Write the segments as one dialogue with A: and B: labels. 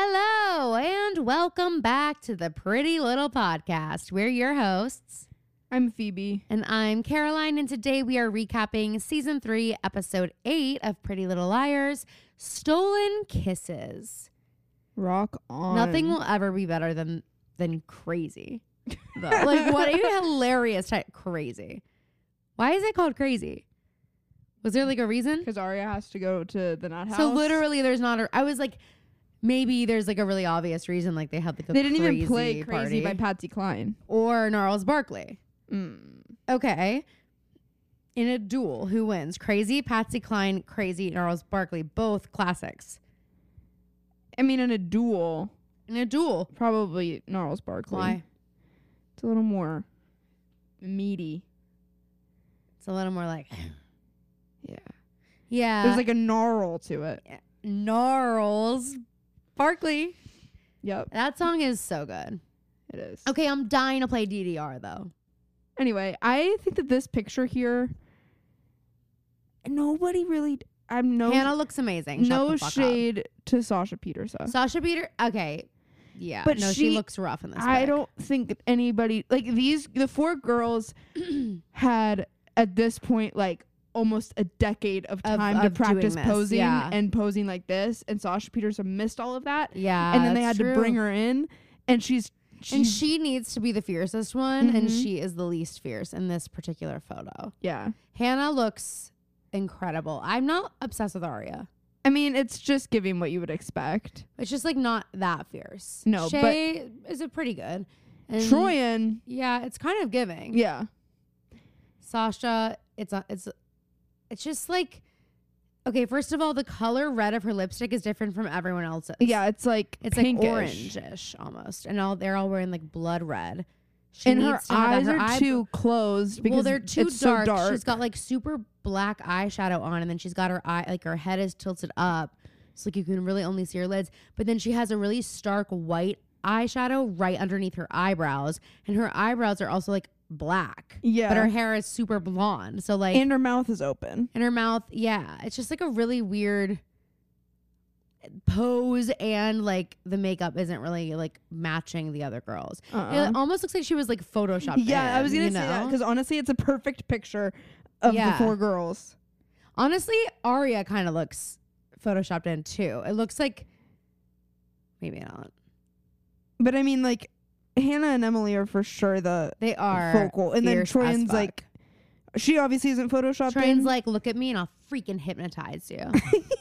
A: Hello, and welcome back to the Pretty Little Podcast. We're your hosts,
B: I'm Phoebe.
A: and I'm Caroline, and today we are recapping season three, episode eight of Pretty Little Liars Stolen Kisses.
B: Rock on.
A: Nothing will ever be better than than crazy. though. like what a hilarious type crazy. Why is it called crazy? Was there like a reason?
B: Because Arya has to go to the Nut House.
A: So literally there's not a I was like maybe there's like a really obvious reason like they had like a
B: they didn't even
A: crazy
B: play "Crazy"
A: party.
B: by Patsy Cline.
A: or Gnarls Barkley.
B: Mm.
A: Okay. In a duel, who wins? Crazy Patsy Cline, crazy Gnarls Barkley, both classics.
B: I mean, in a duel,
A: In a duel.
B: probably Gnarls Barkley.
A: Why?
B: It's a little more meaty.
A: It's a little more like
B: Yeah.
A: Yeah.
B: There's like a gnarl to it.
A: Gnarls Barkley.
B: Yep,
A: That song is so good.
B: it is.
A: Okay, I'm dying to play DDR though.
B: Anyway, I think that this picture here, nobody really. I'm no
A: Hannah looks amazing. Shut
B: no
A: the fuck up.
B: shade to Sasha Peterson.
A: Sasha Peter. Okay, yeah, but
B: But
A: no, she,
B: she-
A: looks rough in this.
B: I
A: pic.
B: don't think anybody like these the four girls had at this point like almost a decade of
A: Of-
B: time
A: of
B: to
A: doing
B: practice
A: this,
B: posing
A: yeah.
B: and posing like this and Sasha Peterson missed all of that
A: Yeah,
B: and then they had
A: that's
B: to bring
A: true.
B: her in and she's she's
A: And she needs to be the fiercest one, and
B: Mhm.
A: she is the least fierce in this particular photo.
B: yeah
A: Hannah looks incredible. I'm not obsessed with Arya.
B: I mean it's just giving what you would expect
A: It's just like not that fierce.
B: No, but-
A: Shay is a pretty good. And
B: Troyan
A: Yeah, it's kind of giving.
B: yeah
A: Sasha, it's a, it's it's just like okay, first of all, the color red of her lipstick is different from everyone else's.
B: yeah it's like
A: It's
B: pinkish.
A: like orange-ish almost. And all they're all wearing like blood red. She
B: and her
A: needs to have that.
B: eyes are
A: eyebrow-
B: too closed because
A: well, they're too
B: it's
A: dark.
B: so dark
A: She's got like super black eyeshadow on, and then she's got her eye like her head is tilted up, so like you can really only see her lids. But then she has a really stark white eyeshadow right underneath her eyebrows, and her eyebrows are also like black.
B: yeah
A: But her hair is super blonde, so like
B: and her mouth is open
A: in her mouth. Yeah, it's just like a really weird pose, and like the makeup isn't really like matching the other girls.
B: Uh-uh.
A: It almost looks like she was like photoshopped.
B: Yeah, I
A: in,
B: was gonna
A: you
B: say that
A: know?
B: because honestly, it's a perfect picture of
A: Yeah.
B: the four girls.
A: honestly, Aria kind of looks photoshopped in too. It looks like maybe not.
B: But I mean, like Hannah and Emily are for sure the
A: They are
B: focal, and then
A: fierce as
B: Troyan's
A: fuck.
B: like she obviously isn't photoshopped.
A: Train's
B: in.
A: like, look at me and I'll freaking hypnotize you.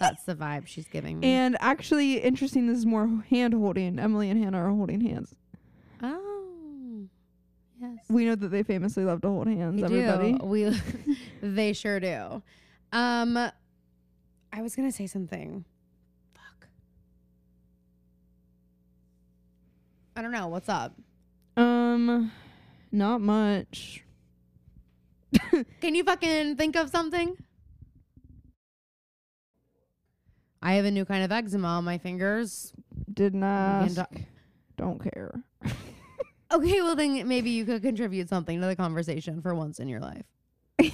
A: That's the vibe she's giving me.
B: and actually, interesting. This is more hand holding. Emily and Hannah are holding hands.
A: oh, yes.
B: We know that they famously love to hold hands.
A: They
B: everybody.
A: do. We they sure do. Um I was gonna say something. Fuck. I don't know. What's up?
B: Um, not much.
A: Can you fucking think of something? I have a new kind of eczema on my fingers.
B: Didn't ask.
A: up-
B: Don't care.
A: Okay, well then maybe you could contribute something to the conversation for once in your life.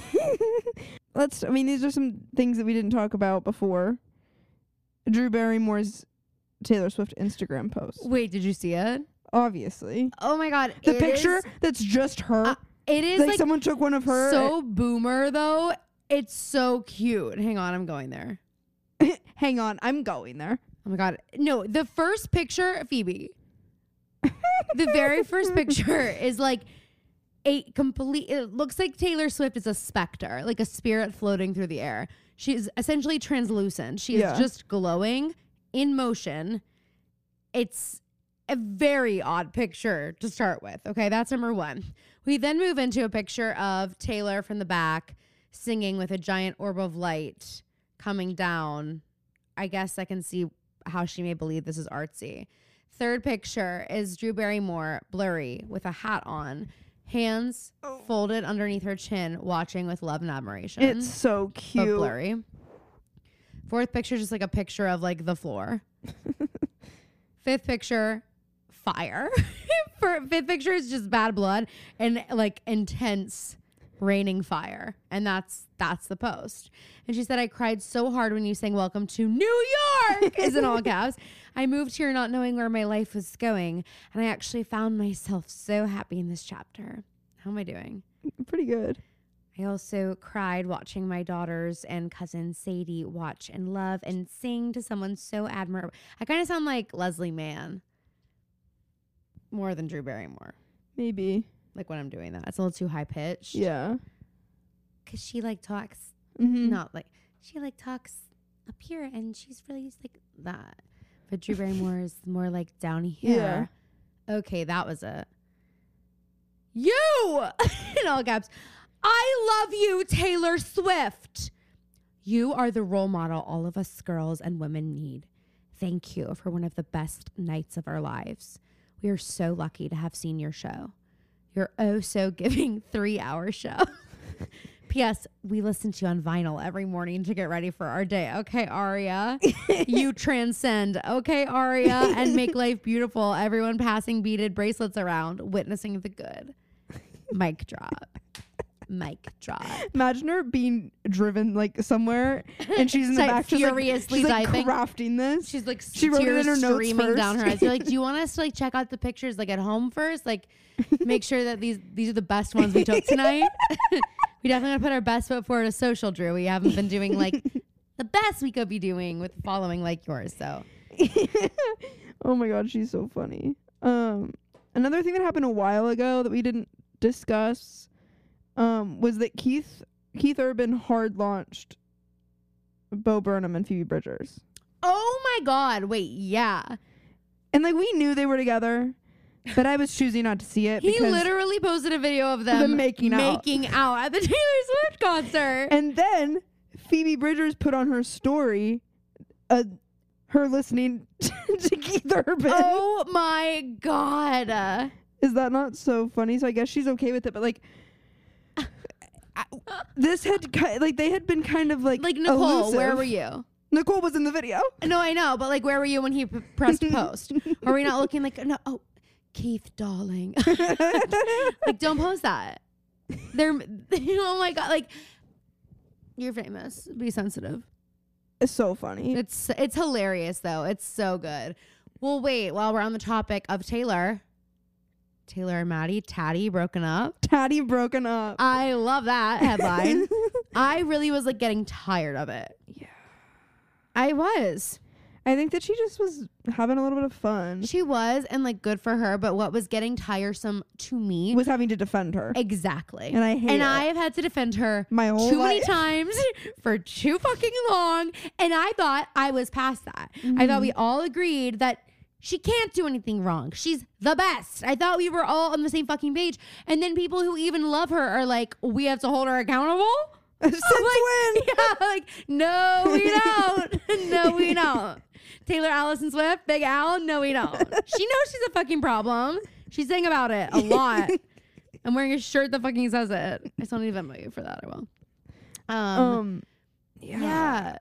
B: Let's. I mean, these are some things that we didn't talk about before. Drew Barrymore's Taylor Swift Instagram post.
A: Wait, did you see it?
B: Obviously,
A: Oh my god,
B: the
A: it
B: picture
A: is-
B: that's just her.
A: Uh, it is
B: like,
A: like,
B: someone took one of her. eh,
A: so boomer though. It's so cute. Hang on, I'm going there.
B: hang on, I'm going there.
A: Oh my god. No, the first picture, Phoebe. the very first picture is like a complete it looks like Taylor Swift is a specter, like a spirit floating through the air. She's essentially translucent. She is
B: Yeah.
A: just glowing in motion. It's a very odd picture to start with. Okay, that's number 1. We then move into a picture of Taylor from the back singing with a giant orb of light coming down. I guess I can see how she may believe this is artsy. Third picture is Drew Barrymore, blurry, with a hat on, hands folded underneath her chin, watching with love and admiration.
B: It's so
A: but
B: cute.
A: blurry. Fourth picture, just like a picture of like the floor. Fifth picture, fire. For, fifth picture is just bad blood and like intense raining fire. And that's that's the post. And she said, I cried so hard when you sang Welcome to New York is in all caps. I moved here not knowing where my life was going. And I actually found myself so happy in this chapter. How am I doing?
B: Pretty good.
A: I also cried watching my daughters and cousin Sadie watch and love and sing to someone so admirable. I kind of sound like Leslie Mann more than Drew Barrymore.
B: Maybe.
A: Like when I'm doing that, it's a little too high pitched.
B: Yeah.
A: Cause she like talks,
B: Mm-hmm.
A: not like she like talks up here, and she's really just like that. But Drew Barrymore is more like down here. Okay, that was it. You in all caps. I love you, Taylor Swift. You are the role model all of us girls and women need. Thank you for one of the best nights of our lives. We are so lucky to have seen your show. Your oh so giving three hour show. P.S. We listen to you on vinyl every morning to get ready for our day. Okay, Aria. you transcend. Okay, Aria. And make life beautiful. Everyone passing beaded bracelets around, witnessing the good. Mic drop. Mic drop.
B: Imagine her being driven like somewhere, and she's in the
A: Like,
B: back just, like,
A: furiously
B: she's, like,
A: diving.
B: crafting this.
A: She's like
B: She
A: she
B: wrote it
A: tears
B: in her notes
A: streaming down her
B: first.
A: eyes. You're like, do you want us to like check out the pictures like at home first? Like, make sure that these these are the best ones we took tonight. we definitely gotta put our best foot forward to social, Drew. We haven't been doing like the best we could be doing with following like yours. So
B: oh my god, she's so funny. Um, another thing that happened a while ago that we didn't discuss, um, was that Keith Keith Urban hard launched Bo Burnham and Phoebe Bridgers,
A: oh my god, wait, yeah,
B: and like we knew they were together, but I was choosing not to see it.
A: he
B: because-
A: literally posted a video of them
B: Them making out.
A: making out at the Taylor Swift concert.
B: And then Phoebe Bridgers put on her story, uh, her listening to Keith Urban.
A: Oh my god.
B: Is that not so funny? So I guess she's okay with it, but like. I- this had ki- like they had been kind of like
A: Like Nicole, where
B: elusive.
A: were you?
B: Nicole was in the video.
A: No, I know, but like, where were you when he p- pressed post? Are we not looking like, no, oh, Keith, darling? like, don't post that. They're, oh my God, like, you're famous. Be sensitive.
B: It's so funny.
A: It's it's hilarious though. It's so good. Well, wait. While we're on the topic of Taylor, Taylor and Maddie, Taddy broken up.
B: Taddy broken up.
A: I love that headline. I really was like getting tired of it.
B: Yeah.
A: I was.
B: I think that she just was having a little bit of fun.
A: She was, and like good for her. But what was getting tiresome to me
B: was having to defend her.
A: exactly,
B: And I hate
A: and
B: it.
A: I have had to defend her
B: My whole
A: too many
B: life.
A: times for too fucking long. And I thought I was past that. I thought we
B: Mm-hmm.
A: all agreed that she can't do anything wrong. She's the best. I thought we were all on the same fucking page. And then people who even love her are like, we have to hold her accountable.
B: Since
A: I'm
B: when?
A: like, Yeah, like no, we don't. no, we don't. Taylor Allison Swift, Big Al. No, we don't. She knows she's a fucking problem. She's saying about it a lot. I'm wearing a shirt that fucking says it. I still need to Venmo you for that. I will. Um,
B: Um.
A: yeah.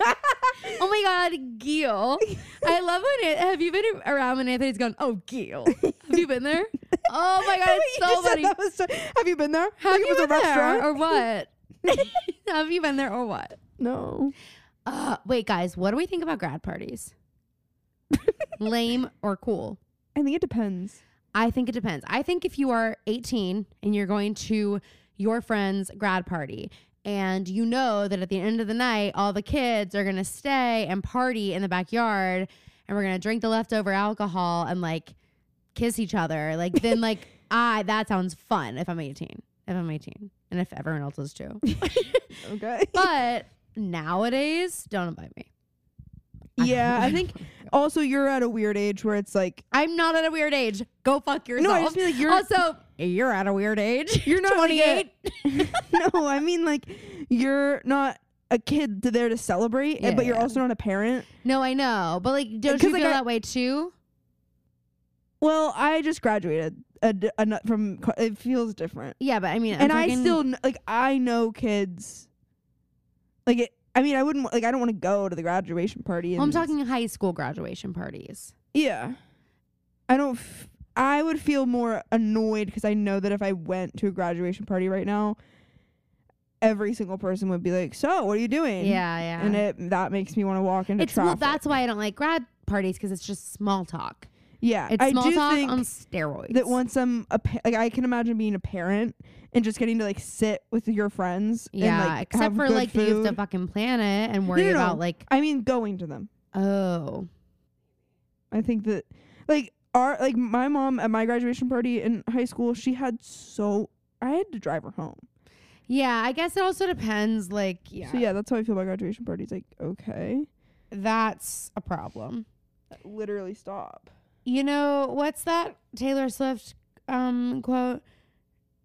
A: oh my God, Gil. I love when it. Have you been around when Anthony's gone? Oh, Gil. Have you been there? Oh my God, it's
B: You
A: so
B: just said
A: funny.
B: that was so- have you been there?
A: Have
B: like
A: you
B: it was
A: been
B: a restaurant.
A: there Oh. or what? Have you been there or what?
B: no.
A: Uh, wait, guys, what do we think about grad parties? Lame or cool?
B: I think it depends.
A: I think it depends. I think if you are 18 and you're going to your friend's grad party and you know that at the end of the night, all the kids are going to stay and party in the backyard and we're going to drink the leftover alcohol and like kiss each other, like then, like, I, that sounds fun if I'm 18. If I'm 18 and if everyone else is too.
B: Okay.
A: but nowadays, don't invite me.
B: yeah, I think also you're at a weird age where it's like
A: I'm not at a weird age. Go fuck yourself.
B: No, I just feel like you're-
A: also you're at a weird age.
B: You're not like a-
A: 28.
B: no, I mean like you're not a kid to there to celebrate, eh,
A: Yeah,
B: but you're
A: yeah.
B: also not a parent.
A: no, I know, but like, don't
B: 'Cause,
A: you
B: like,
A: feel
B: I-
A: that way too?
B: Well, I just graduated a, d- a nu- from co- it feels different,
A: Yeah, but I mean, I'm
B: and I
A: talking-
B: still kn- like I know kids. Like it, I mean, I wouldn't wa- like I don't want to go to the graduation party.
A: Well, I'm
B: and-
A: talking high school graduation parties.
B: Yeah, I don't. F- I would feel more annoyed because I know that if I went to a graduation party right now, every single person would be like, "So, what are you doing?"
A: Yeah, yeah.
B: and it that makes me want to walk into
A: it's well,
B: traffic.
A: that's why I don't like grad parties because it's just small talk.
B: yeah,
A: It's
B: I
A: small
B: do
A: talk
B: think
A: on steroids.
B: that once I'm a pa- like I can imagine being a parent and just getting to like sit with your friends.
A: yeah,
B: and, like, have
A: except for
B: good
A: like the use
B: food.
A: to fucking plan it and worry
B: no, no.
A: about like
B: I mean, going to them.
A: oh
B: I think that like our like my mom at my graduation party in high school, she had so I had to drive her home.
A: yeah. I guess it also depends. Like yeah,
B: So yeah, that's how I feel about graduation parties. Like, okay,
A: that's a problem.
B: literally stop.
A: You know what's that Taylor Swift um quote?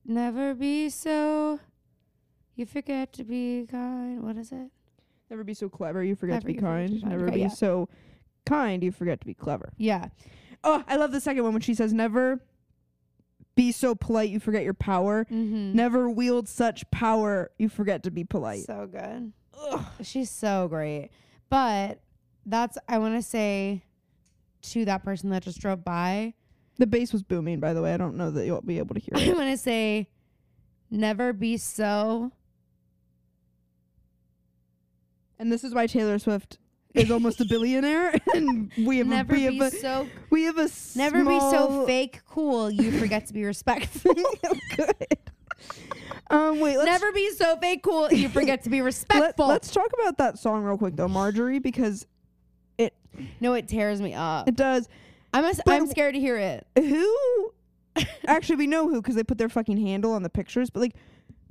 A: Never be so. You forget to be kind. What is it?
B: Never be so clever, you forget
A: Clever,
B: to
A: you
B: be
A: forget to
B: kind.
A: be kind.
B: Never
A: Okay,
B: be
A: yeah.
B: so kind, you forget to be clever.
A: Yeah.
B: Oh, I love the second one when she says never be so polite, you forget your power.
A: Mm-hmm.
B: Never wield such power, you forget to be polite.
A: So good.
B: Ugh.
A: She's so great. But that's I want to say to that person that just drove by.
B: The bass was booming, by the way. I don't know that you'll be able to hear
A: I
B: it.
A: want to say, never be so.
B: And this is why Taylor Swift is almost a billionaire, and we have
A: Never
B: a, we
A: be
B: have a,
A: so.
B: we have a
A: Never be so
B: small- Oh,
A: fake cool. You forget to be respectful.
B: Good. Um, wait, let's
A: never be so fake cool. You forget to be respectful.
B: Let, us talk about that song real quick though, Marjorie, because
A: no, it tears me up.
B: it does.
A: I'm a, s-
B: But-
A: I'm scared to hear it.
B: Who? actually, we know who because they put their fucking handle on the pictures. But like,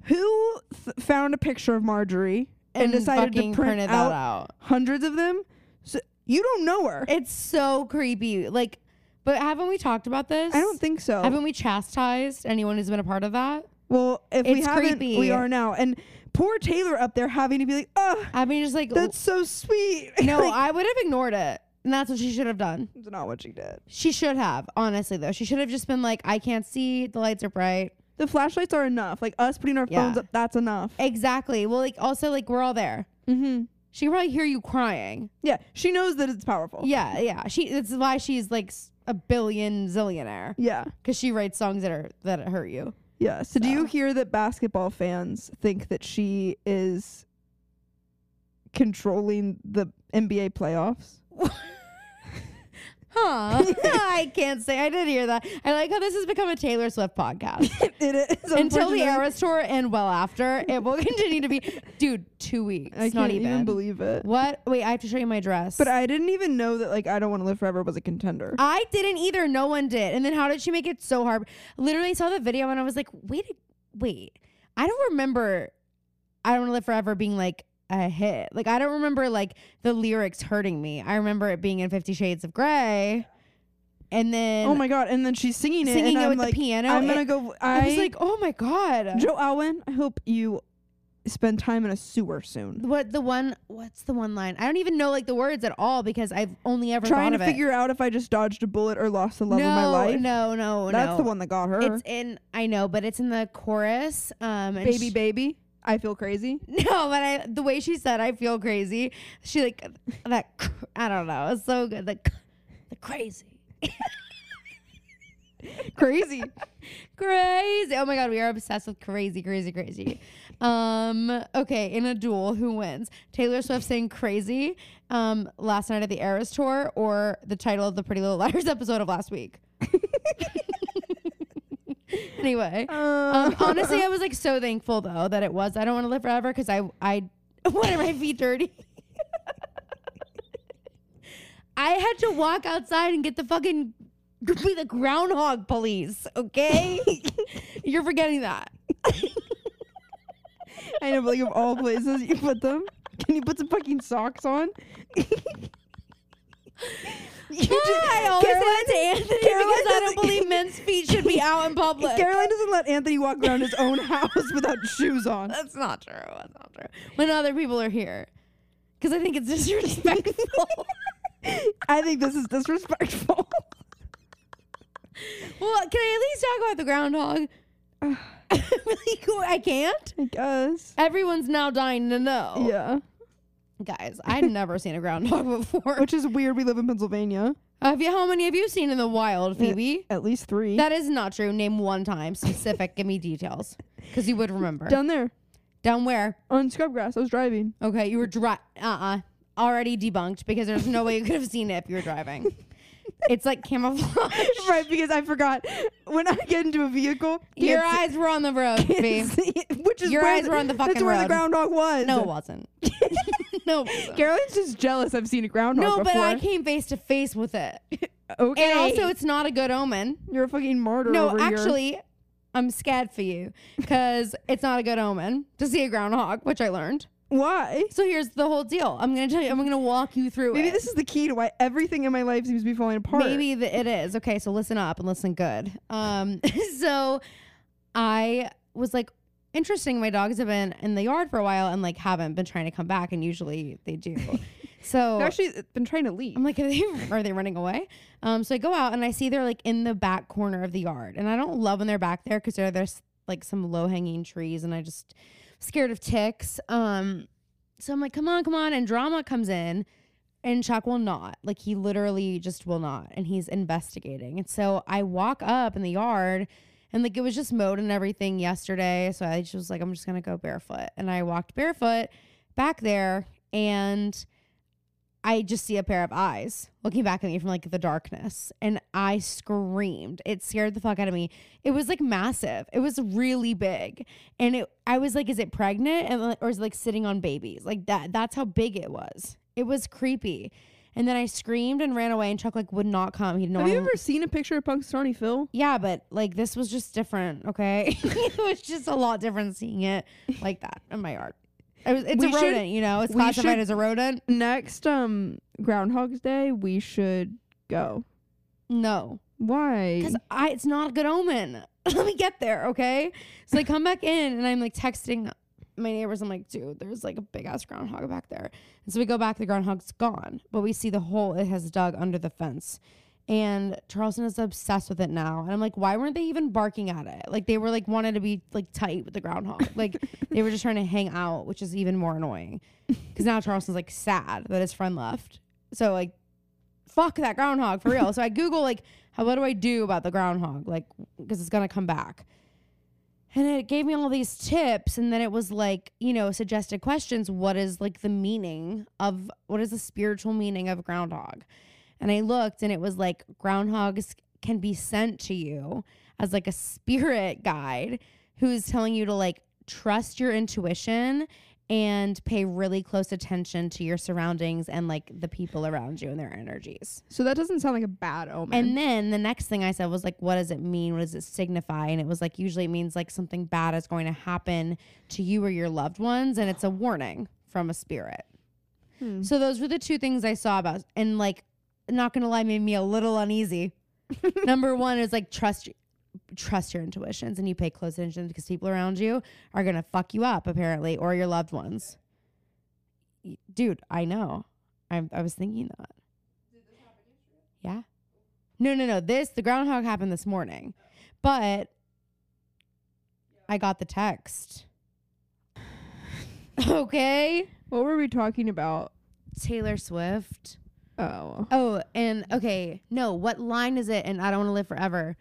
B: who th- found a picture of Marjorie and, decided
A: fucking
B: to print
A: printed
B: out,
A: that out.
B: hundreds of them? So you don't know her.
A: It's so creepy. Like, but haven't we talked about this?
B: I don't think so.
A: Haven't we chastised anyone who's been a part of that?
B: well, if we
A: It's
B: haven't,
A: creepy.
B: we are now. And poor Taylor up there having to be like, oh,
A: I mean, just like
B: that's so sweet.
A: no,
B: Like,
A: I would have ignored it, and that's what she should have done.
B: that's not what she did.
A: She should have, honestly, though. She should have just been like, "I can't see. The lights are bright."
B: The flashlights are enough. Like us putting our phones
A: Yeah.
B: up, that's enough.
A: Exactly. Well, like also like we're all there.
B: Mm-hmm.
A: She can probably hear you crying.
B: Yeah, she knows that it's powerful.
A: Yeah, yeah. She. That's why she's like s- a billion zillionaire
B: Yeah.
A: because she writes songs that are that hurt you.
B: Yeah. So, do
A: So.
B: you hear that basketball fans think that she is controlling the NBA playoffs?
A: Huh. I can't say I did hear that. I like how this has become a Taylor Swift podcast.
B: it is
A: Until the
B: unfortunately-
A: Eras tour and well after, it will continue to be, dude, two weeks.
B: I can't
A: not
B: even.
A: even.
B: believe it.
A: what? Wait, I have to show you my dress.
B: But I didn't even know that like I don't want to live forever was a contender.
A: I didn't either. No one did. And then how did she make it so hard? Literally saw the video and I was like, wait, a- wait. I don't remember I Don't Wanna Live Forever being like a hit. Like, I don't remember like the lyrics hurting me. I remember it being in Fifty Shades of Grey. And then
B: oh my god! And then she's singing it,
A: singing
B: and
A: it
B: I'm
A: with
B: like,
A: the piano.
B: I'm
A: it-
B: gonna go. I,
A: I, was like, oh my God.
B: Joe Alwyn. I hope you spend time in a sewer soon.
A: what the one what's the one line i don't even know like the words at all because i've only ever
B: Trying
A: thought
B: to
A: of
B: figure out if I just dodged a bullet or lost the love
A: no,
B: of my life.
A: no no
B: That's
A: no
B: the one that got her.
A: it's in i know but it's in the chorus um and
B: baby,
A: sh-
B: baby. I feel crazy.
A: no but i the way she said i feel crazy she like that c- i don't know it's so good the, c- the crazy
B: crazy.
A: crazy oh my god we are obsessed with crazy crazy crazy um okay in a duel who wins taylor swift saying crazy um last night at the eras tour or the title of the pretty little liars episode of last week anyway um, honestly i was like so thankful though that it was i don't want to live forever because i i wanted my feet dirty i had to walk outside and get the fucking be the groundhog police okay you're forgetting that
B: I know, but like of all places you put them, can you put some fucking socks on? You ju-
A: Ah, i always say that to anthony
B: Caroline
A: because i don't
B: doesn't-
A: believe men's feet should be out in public
B: Caroline doesn't let Anthony walk around his own house without shoes on.
A: That's not true. That's not true. When other people are here. Because I think it's disrespectful.
B: I think this is disrespectful.
A: well, can I at least talk about the groundhog? really cool. I can't.
B: I guess.
A: Everyone's now dying to know.
B: Yeah.
A: Guys, I've never seen a groundhog before.
B: Which is weird. We live in Pennsylvania.
A: Have you, how many have you seen in the wild,
B: Yeah.
A: Phoebe?
B: At least three.
A: That is not true. Name one time specific. Give me details, because you would remember.
B: Down there
A: Down where?
B: on scrub grass. I was driving.
A: Okay, you were dri Uh uh Already debunked because there's no way you could have seen it if you were driving. it's like camouflage.
B: right, because I forgot when I get into a vehicle. can't
A: Your
B: see-
A: eyes were on the road, Phoebe.
B: can't see it, which is
A: Your
B: where
A: eyes
B: the,
A: were on the
B: that's
A: fucking
B: where the
A: road.
B: groundhog was.
A: No, it wasn't. no, it wasn't.
B: Caroline's just jealous. I've seen a groundhog.
A: no, but
B: before.
A: I came face to face with it,
B: Okay.
A: and also it's not a good omen.
B: you're a fucking martyr.
A: No,
B: over
A: actually, I'm scared for you because it's not a good omen to see a groundhog, which I learned.
B: here. why?
A: So here's the whole deal. I'm gonna tell you. I'm gonna walk you through
B: Maybe
A: it.
B: this is the key to why everything in my life seems to be falling apart.
A: Maybe th- it is. Okay, so listen up and listen good. Um, so I was like, interesting. My dogs have been in the yard for a while and like haven't been trying to come back, and usually they do. so
B: I've actually been trying to leave.
A: I'm like, are they, are they running away? Um, so I go out and I see they're like in the back corner of the yard, and I don't love when they're back there because there there's like some low hanging trees, and I just scared of ticks. Um, so I'm like, come on, come on, and drama comes in, and Chuck will not. Like he literally just will not, and he's investigating. And so I walk up in the yard. And like it was just mowed and everything yesterday. So I just was like, I'm just gonna go barefoot. And I walked barefoot back there and I just see a pair of eyes looking back at me from like the darkness. And I screamed. It scared the fuck out of me. It was like massive. It was really big. And it, I was like, is it pregnant? And like- or is it like sitting on babies? Like that. That's how big it was. It was creepy. And then I screamed and ran away and Chuck like would not come. He didn't
B: Have
A: want
B: you
A: to-
B: ever seen a picture of Punk Snarty Phil?
A: yeah, but like this was just different, okay? it was just a lot different seeing it like that in my yard. It was, it's
B: We
A: a
B: should-
A: rodent, you know. It's
B: we
A: classified
B: should-
A: as a rodent.
B: Next um Groundhog's Day, we should go.
A: No,
B: Why?
A: because I it's not a good omen. Let me get there, okay? So I come back in and I'm like texting my neighbors. I'm like, dude, there's like a big ass groundhog back there. And so we go back. The groundhog's gone, but we see the hole it has dug under the fence. And Charleston is obsessed with it now. And I'm like, why weren't they even barking at it? Like they were like wanted to be like tight with the groundhog. Like they were just trying to hang out, which is even more annoying. Because now Charleston's like sad that his friend left. So like, fuck that groundhog for real. so I Google like, how what do I do about the groundhog? Like, because it's gonna come back. And it gave me all these tips, and then it was like, you know, suggested questions. What is like the meaning of what is the spiritual meaning of groundhog? And I looked, and it was like groundhogs can be sent to you as like a spirit guide who's telling you to like trust your intuition and pay really close attention to your surroundings and like the people around you and their energies.
B: so that doesn't sound like a bad omen.
A: And then the next thing I said was like, what does it mean? What does it signify? And it was like, usually it means like something bad is going to happen to you or your loved ones, and it's a warning from a spirit.
B: Hmm.
A: So those were the two things I saw about, and like, not gonna lie, made me a little uneasy. Number one is like trust, trust your intuitions, and you pay close attention because people around you are gonna fuck you up apparently, or your loved ones. Y- Dude, I know. I I was thinking that. Yeah. No, no, no. This the groundhog happened this morning, but I got the text. Okay,
B: what were we talking about?
A: Taylor Swift.
B: Oh,
A: Oh, and okay, no. What line is it? And I don't want to live forever.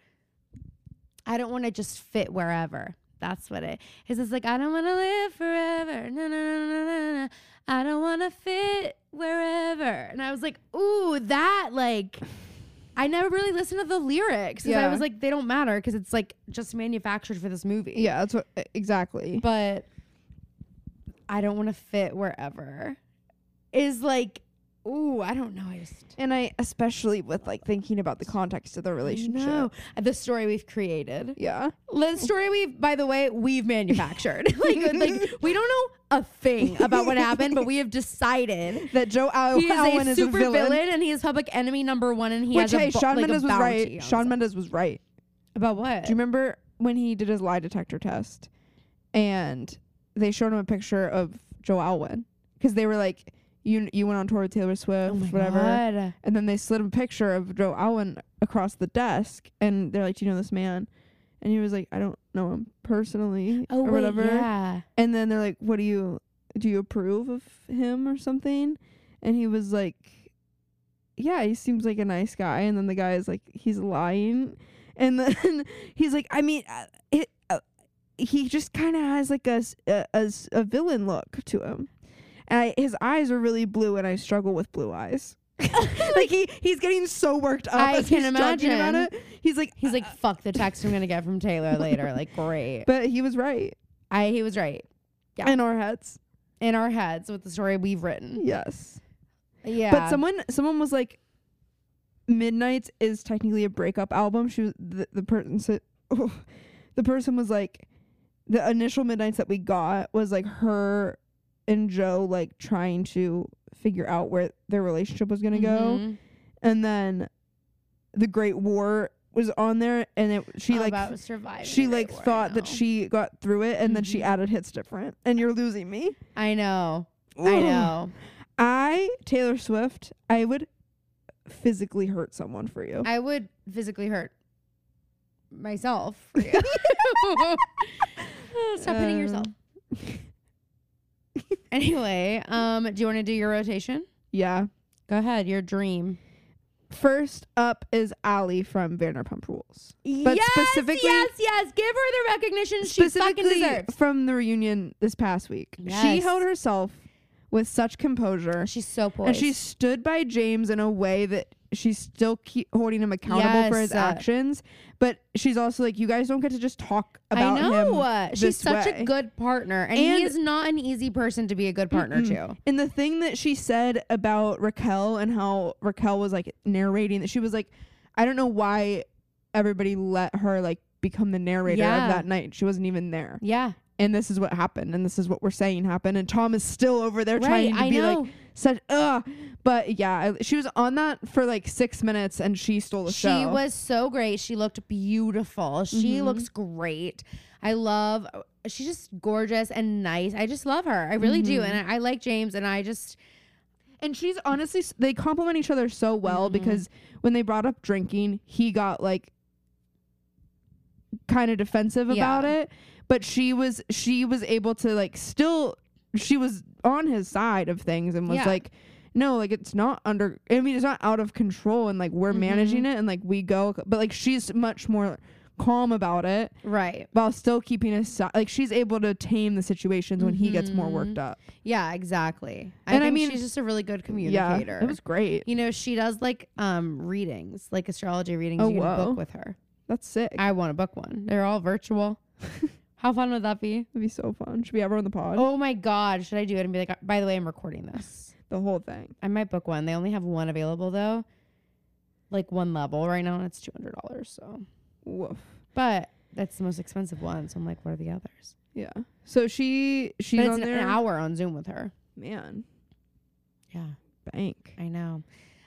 A: I don't want to just fit wherever. That's what it is. It's like I don't want to live forever. No, no, no, no, no, no. I don't want to fit wherever. And I was like, ooh, that like. I never really listened to the lyrics. 'cause I
B: Yeah.
A: was like, they don't matter because it's like just manufactured for this movie.
B: yeah, that's what e, exactly.
A: But I don't want to fit wherever. Is like, ooh, I don't know. I just
B: and I especially with like thinking about the context of the relationship.
A: No, the story we've created.
B: Yeah.
A: The story we've, by the way, we've manufactured. like, like we don't know a thing about what happened, but we have decided
B: That Joe Al-
A: he is
B: Alwyn
A: a
B: Oh, is
A: super
B: a villain.
A: villain. and he is public enemy number one, and he has
B: Which hey,
A: a bo- like
B: Sean
A: a
B: Mendes was
A: bounty
B: right.
A: on Eh. his-
B: Sean Mendes was right.
A: about what?
B: Do you remember when he did his lie detector test and they showed him a picture of Joe Alwyn? Because they were like, you you went on tour with Taylor Swift,
A: Oh my
B: whatever.
A: God.
B: And then they slid him a picture of Joe Alwyn across the desk and they're like, Do you know this man? And he was like, I don't know him personally
A: Oh
B: or
A: wait,
B: whatever.
A: yeah.
B: And then they're like, What do you do you approve of him or something? And he was like yeah, he seems like a nice guy, and then the guy is like, he's lying, and then he's like, I mean, uh, it, uh, he just kind of has like a, s- a- a s- a villain look to him. And I, his eyes are really blue, and I struggle with blue eyes. like he he's getting so worked up.
A: I
B: as
A: can
B: he's talking about
A: imagine.
B: it. He's like
A: He's like, fuck the text I'm gonna get from Taylor later. Like, great.
B: but he was right
A: I he was right Yeah.
B: in our heads.
A: in our heads with the story we've written.
B: Yes.
A: Yeah,
B: But someone someone was like, "Midnight's is technically a breakup album." She was, the, the person said, oh, the person was like, the initial Midnight's that we got was like her and Joe like trying to figure out where their relationship was gonna go,
A: Mhm.
B: and then the Great War was on there, and it she
A: All
B: like.
A: about surviving.
B: she
A: Oh, the
B: like
A: Great War, I
B: thought that
A: know.
B: she got through it and then she
A: Mhm.
B: added hits different and you're losing me.
A: I know. I
B: Ooh.
A: know.
B: I Taylor Swift, I would physically hurt someone for you.
A: I would physically hurt myself. for you. Oh, Uh, Stop hitting yourself.
B: Um,
A: Anyway, um, do you want to do your rotation?
B: Yeah.
A: Go ahead. Your dream.
B: First up is Allie from Vanderpump Rules. But
A: yes,
B: specifically-
A: yes, yes. Give her the recognition she fucking deserves.
B: from the reunion this past week. She
A: Yes.
B: held herself with such composure
A: She's so poised.
B: and she stood by James in a way that she's still keep holding him accountable for his
A: Yes.
B: actions, but she's also like you guys don't get to just talk about
A: I know.
B: him.
A: uh, She's
B: this
A: such
B: way.
A: a good partner, and,
B: And-
A: he is not an easy person to be a good partner to.
B: And the thing that she said about Raquel and how Raquel was like narrating that she was like, I don't know why everybody let her like become the narrator
A: Yeah.
B: of that night. She wasn't even there.
A: Yeah,
B: And this is what happened. And this is what we're saying happened. And Tom is still over there
A: right.
B: trying to
A: I
B: be
A: know.
B: like such ugh. But yeah, I- she was on that for like six minutes and she stole the
A: she
B: show.
A: was so great. She looked beautiful. She
B: Mm-hmm.
A: looks great. I love. She's just gorgeous and nice. I just love her. I really do,
B: Mm-hmm.
A: and I, I like James. And I just
B: And she's honestly, s- they complement each other so well
A: Mm-hmm.
B: because when they brought up drinking, he got like kind of defensive
A: Yeah.
B: about it, but she was she was able to like still she was on his side of things and was
A: Yeah.
B: like no like it's not under i mean it's not out of control and like we're
A: Mm-hmm.
B: managing it and like we go but like she's much more calm about it
A: right.
B: while still keeping us like she's able to tame the situations when he gets more worked
A: Mm-hmm.
B: up
A: Yeah, exactly. I
B: And I
A: think
B: mean-
A: she's just a really good
B: yeah
A: communicator.
B: it was great
A: you know, she does like um readings, like astrology readings.
B: Oh,
A: you can
B: whoa.
A: book with her.
B: that's sick
A: I want to book one. They're all virtual. How fun would that be?
B: It'd be so fun. Should we have her on the pod?
A: Oh my god, should I do it and be like, by the way, I'm recording this.
B: The whole thing.
A: I might book one. They only have one available though. Like one level right now, and it's two hundred dollars. So,
B: Woof.
A: but that's the most expensive one. So I'm like, what are the others?
B: Yeah. So she she's
A: but it's
B: on
A: an,
B: there.
A: an hour on Zoom with her.
B: Man,
A: Yeah,
B: bank.
A: I know,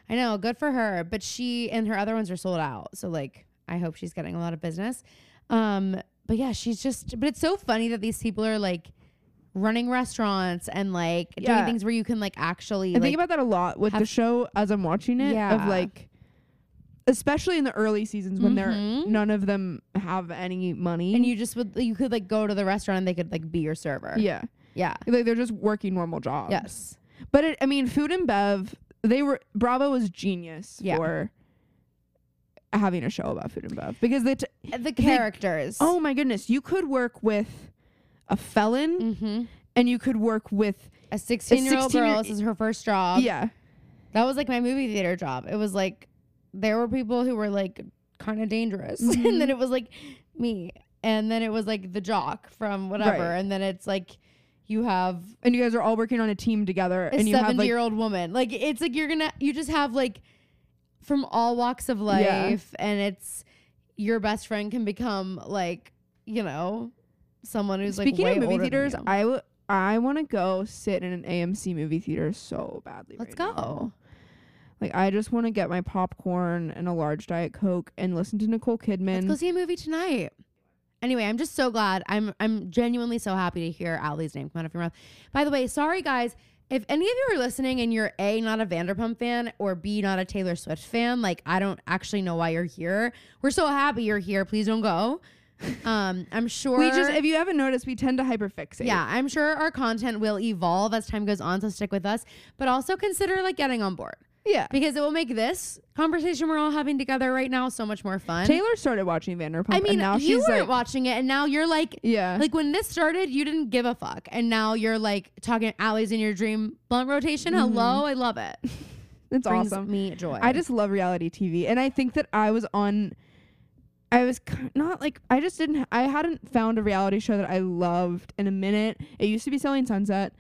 A: I know. Good for her. But she and her other ones are sold out. So like, I hope she's getting a lot of business. Um, but yeah, she's just. But it's so funny that these people are like running restaurants and like doing
B: Yeah.
A: things where you can like actually.
B: I think
A: like-
B: about that a lot with the
A: have-
B: show as I'm watching it.
A: Yeah.
B: Of like, especially in the early seasons when
A: Mhm.
B: they're none of them have any money.
A: and you just would you could like go to the restaurant and they could like be your server.
B: yeah,
A: Yeah.
B: like they're just working normal jobs.
A: Yes.
B: But it, I mean, food and bev. They were Bravo was genius
A: Yeah.
B: for having a show about food and bev because they. T-
A: The characters.
B: oh my goodness, you could work with a felon.
A: hmm
B: and you could work with
A: A 16 year old
B: 16 year-
A: girl. This is her first job.
B: yeah
A: That was like my movie theater job. It was like there were people who were like kind of dangerous.
B: Mm-hmm.
A: and then it was like me. And then it was like the jock from whatever.
B: Right.
A: And then it's like you have
B: and you guys are all working on a team together
A: a
B: and
A: 70
B: you have like
A: year old woman. Like it's like you're gonna you just have like from all walks of life and it's your best friend can become like, you know, someone who's
B: speaking
A: like way
B: of movie
A: older than
B: theaters
A: you.
B: i w- i want to go sit in an amc movie theater so badly
A: Let's
B: right now.
A: go.
B: like i just want to get my popcorn and a large diet coke and listen to nicole
A: Let's
B: kidman
A: go see a movie tonight. Anyway, I'm just so glad. I'm I'm genuinely so happy to hear Ali's name come out of your mouth. By the way, sorry guys, if any of you are listening and you're A not a Vanderpump fan or B not a Taylor Swift fan, like I don't actually know why you're here. We're so happy you're here. Please don't go. Um, I'm sure
B: we just if you haven't noticed we tend to hyperfixate
A: yeah, I'm sure our content will evolve as time goes on, so stick with us. But also consider like getting on board.
B: Yeah.
A: because it will make this conversation we're all having together right now so much more fun.
B: Taylor started watching Vanderpump.
A: I mean,
B: and now
A: you
B: she's
A: weren't
B: like,
A: watching it, and now you're like,
B: yeah,
A: like when this started, you didn't give a fuck, and now you're like talking alleys in your dream blunt rotation. Hello, I love it.
B: Mm-hmm. it's
A: Brings
B: awesome.
A: me joy.
B: I just love reality TV, and I think that I was on. I was k- not like I just didn't. I hadn't found a reality show that I loved in a minute. It used to be Selling Sunset.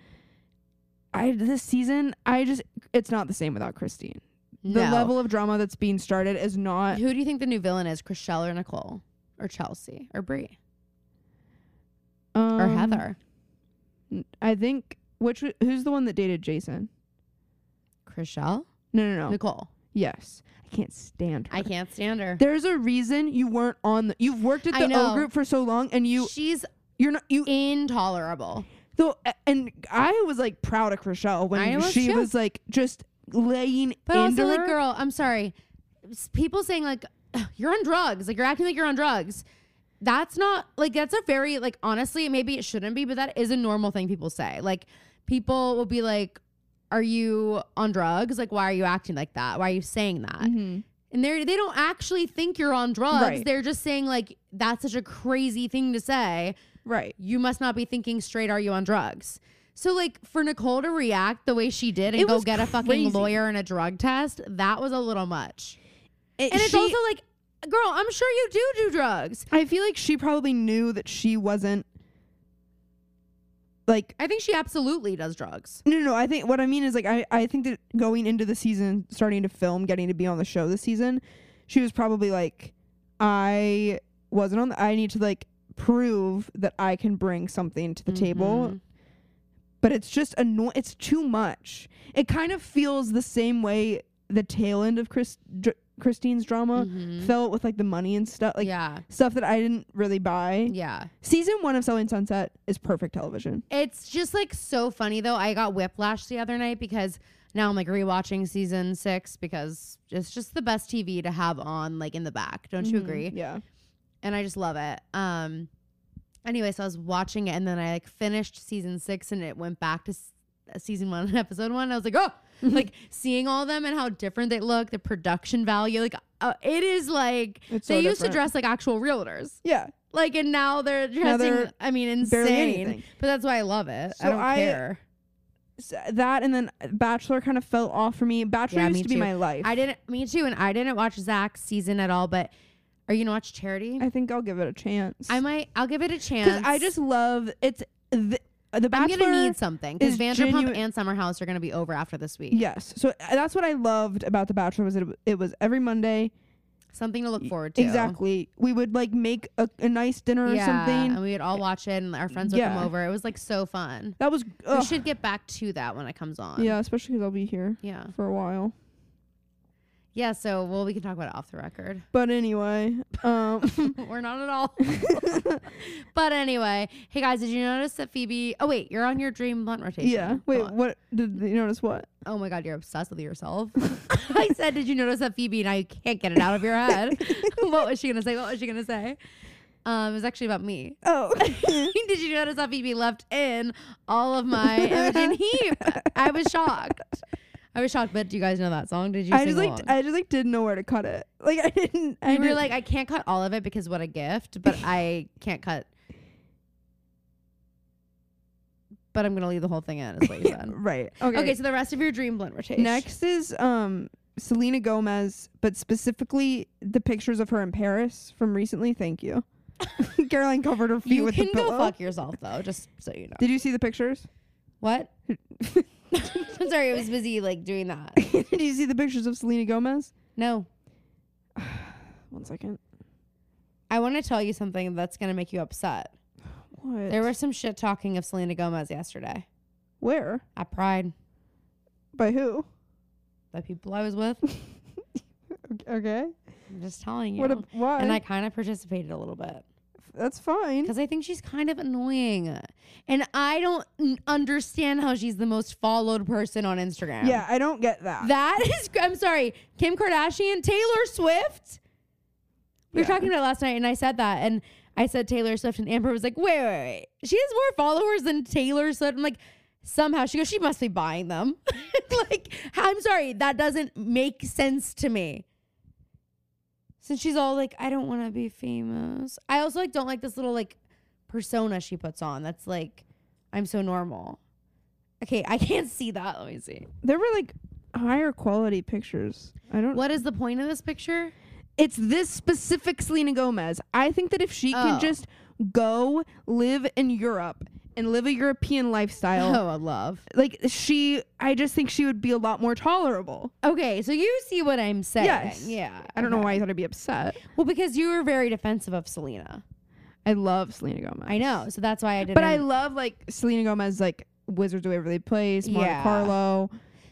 B: I this season I just it's not the same without Christine. The
A: No.
B: level of drama that's being started is not.
A: Who do you think the new villain is? Chriselle or Nicole or Chelsea or Brie
B: Um,
A: or Heather?
B: n- I think which w- who's the one that dated Jason?
A: Chriselle,
B: No, no, no.
A: Nicole.
B: yes, I can't stand. Her.
A: I can't stand her.
B: There's a reason you weren't on. The, you've worked at
A: I
B: the O
A: know.
B: group for so long, and you
A: She's
B: you're not you
A: intolerable.
B: So a- and I was like proud of Chriselle when
A: I was
B: she
A: too.
B: was like just laying
A: But
B: into
A: also, like,
B: her.
A: girl, I'm sorry. S- People saying like "Ugh, you're on drugs, like you're acting like you're on drugs. That's not like that's a very like honestly, maybe it shouldn't be, but that is a normal thing people say. Like people will be like, "Are you on drugs? Like why are you acting like that? Why are you saying that?"
B: Mhm.
A: And they they don't actually think you're on drugs.
B: Right.
A: They're just saying like that's such a crazy thing to say.
B: right?
A: You must not be thinking straight. Are you on drugs? So like for Nicole to react the way she did and
B: It
A: go
B: was
A: get a fucking
B: crazy.
A: lawyer and a drug test, that was a little much. And it's
B: she-
A: also like, girl, I'm sure you do do drugs.
B: I feel like she probably knew that she wasn't like
A: I think she absolutely does drugs.
B: no no. I think what I mean is like I I think that going into the season, starting to film, getting to be on the show this season, she was probably like I wasn't on. The, I need to like prove that I can bring something to the table
A: Mhm.
B: but it's just annoying. It's too much. It kind of feels the same way the tail end of Chris- Dr- Christine's drama
A: Mhm.
B: felt with like the money and stuff, like
A: yeah,
B: stuff that I didn't really buy.
A: yeah.
B: Season one of Selling Sunset is perfect television.
A: It's just like so funny though. I got whiplash the other night because now I'm like rewatching season six because it's just the best TV to have on like in the back. Don't you
B: Mhm.
A: agree?
B: Yeah.
A: and I just love it. Um, anyway, so I was watching it, and then I like finished season six, and it went back to s- uh, season one, episode one. And I was like, oh, like seeing all of them and how different they look, the production value, like uh, it is like
B: It's
A: they
B: so
A: used to
B: different.
A: dress like actual realtors,
B: Yeah.
A: like, and now they're dressing.
B: they're
A: I mean,
B: barely
A: insane.
B: anything.
A: But that's why I love it. I
B: So
A: don't
B: I-
A: care.
B: So that and then Bachelor kind of fell off for me. Bachelor
A: Yeah,
B: used
A: me
B: to be
A: too.
B: my life.
A: I didn't. Me too. And I didn't watch Zach's season at all. But are you gonna watch Charity?
B: I think I'll give it a chance.
A: I might. I'll give it a
B: because
A: chance.
B: I just love it's the, the
A: I'm
B: Bachelor.
A: gonna need something because
B: is
A: Vanderpump
B: genuine-
A: and Summer House are gonna be over after this week.
B: Yes, so uh, that's what I loved about The Bachelor was it, it was every Monday.
A: Something to look forward to.
B: Exactly. We would like make a, a nice dinner
A: yeah,
B: or something. Eh,
A: and we would all watch it, and our friends would come
B: Yeah.
A: over. It was like so fun.
B: That was ugh.
A: We should get back to that when it comes on.
B: yeah, especially because I'll be here
A: yeah,
B: for a while.
A: yeah. So well, we can talk about it off the record.
B: But anyway, um,
A: We're not at all. but anyway, hey guys, did you notice that Phoebe? Oh wait, you're on your dream blunt rotation.
B: yeah.
A: Go
B: Wait,
A: on.
B: what did you notice? What?
A: Oh my God, you're obsessed with yourself. I said, did you notice that Phoebe? Now you can't get it out of your head. what was she gonna say? What was she gonna say? Um, it was actually about me.
B: Oh,
A: Did you notice how Phoebe left in all of my Imogen Heap? I was shocked. I was shocked, but do you guys know that song? Did you
B: I
A: sing
B: just like
A: along?
B: I just like didn't know where to cut it. Like I didn't. I
A: you were
B: didn't-
A: like, I can't cut all of it because what a gift, but I can't cut. But I'm gonna leave the whole thing in. Is what you said.
B: uh, right. Okay.
A: okay. so the rest of your dream blend rotation.
B: Next is um Selena Gomez, but specifically the pictures of her in Paris from recently. Thank you. Caroline covered her feet
A: you
B: with
A: can
B: the
A: go
B: pillow.
A: fuck yourself though, just so you know.
B: Did you see the pictures?
A: What? I'm sorry, I was busy like doing that.
B: Did you see the pictures of Selena Gomez?
A: No,
B: One second.
A: I want to tell you something that's gonna make you upset.
B: What?
A: There was some shit talking of Selena Gomez yesterday.
B: Where?
A: I pride
B: By who?
A: the people I was with.
B: Okay.
A: I'm just telling you.
B: What? A, why?
A: and I kind of participated a little bit
B: That's fine.
A: because I think she's kind of annoying. And I don't n- understand how she's the most followed person on Instagram.
B: Yeah, I don't get that.
A: That is, I'm sorry, Kim Kardashian, Taylor Swift. We were
B: Yeah.
A: talking about it last night, and I said that, and I said Taylor Swift, and Amber was like, "Wait, wait, wait, she has more followers than Taylor Swift." I'm like, somehow she goes, she must be buying them. like, I'm sorry, that doesn't make sense to me. Since she's all like, I don't want to be famous. I also like don't like this little like persona she puts on. That's like, I'm so normal. Okay, I can't see that. Let me see.
B: There were like higher quality pictures. I don't.
A: What is the point of this picture?
B: It's this specific Selena Gomez. I think that if she
A: Oh.
B: can just go live in Europe and live a European lifestyle,
A: Oh, I love.
B: like she, I just think she would be a lot more tolerable.
A: Okay, so you see what I'm saying.
B: Yes.
A: Yeah.
B: I don't know
A: okay.
B: why you thought I'd be upset.
A: Well, because you were very defensive of Selena.
B: I love Selena Gomez.
A: I know. So that's why I didn't.
B: But I love like Selena Gomez, like Wizards of Waverly Place, Monte
A: Yeah.
B: Carlo.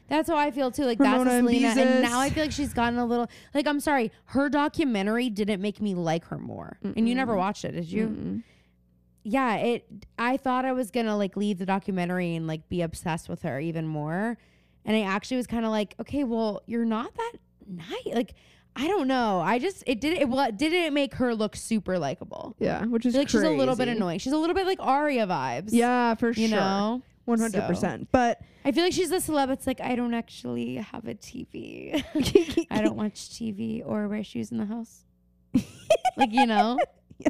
A: That's how I feel too. Like that's a
B: Ramona
A: Selena, and
B: Imbizes.
A: now I feel like she's gotten a little. Like I'm sorry, her documentary didn't make me like her more. And you never
B: Mm-mm.
A: watched it, did you?
B: Mm-mm.
A: Yeah. It. I thought I was gonna like leave the documentary and like be obsessed with her even more, and I actually was kind of like, okay, well, you're not that nice. Like, I don't know. I just it didn't. It, well, it didn't make her look super likable.
B: Yeah, which is
A: like she's a little bit
B: crazy.
A: annoying. She's a little bit like Aria vibes.
B: Yeah, for
A: You
B: sure.
A: know.
B: One hundred percent. But
A: I feel like she's a celeb. It's like I don't actually have a TV. I don't watch TV or wear shoes in the house. like you know,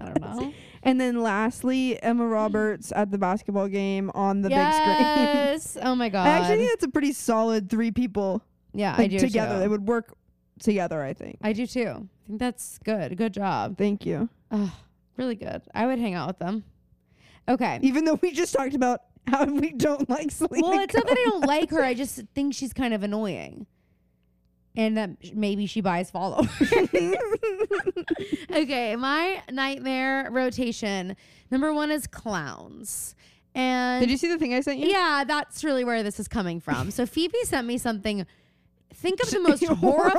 A: I don't know.
B: And then lastly, Emma Roberts at the basketball game on the big screen.
A: yes. Oh my god.
B: I actually think that's a pretty solid three people
A: yeah, I
B: like,
A: do
B: together. They
A: Too.
B: would work together, I think.
A: I do too. I think that's good. Good job.
B: Thank you.
A: Ugh, really good. I would hang out with them. Okay.
B: Even though we just talked about how we don't like Selena.
A: Well, it's not that I
B: Gomez.
A: don't like her. I just think she's kind of annoying, and that sh- maybe she buys followers. okay, my nightmare rotation number one is clowns, and
B: Did you see the thing I sent you?
A: yeah, that's really where this is coming from. So Phoebe sent me something. Think of the most horrifying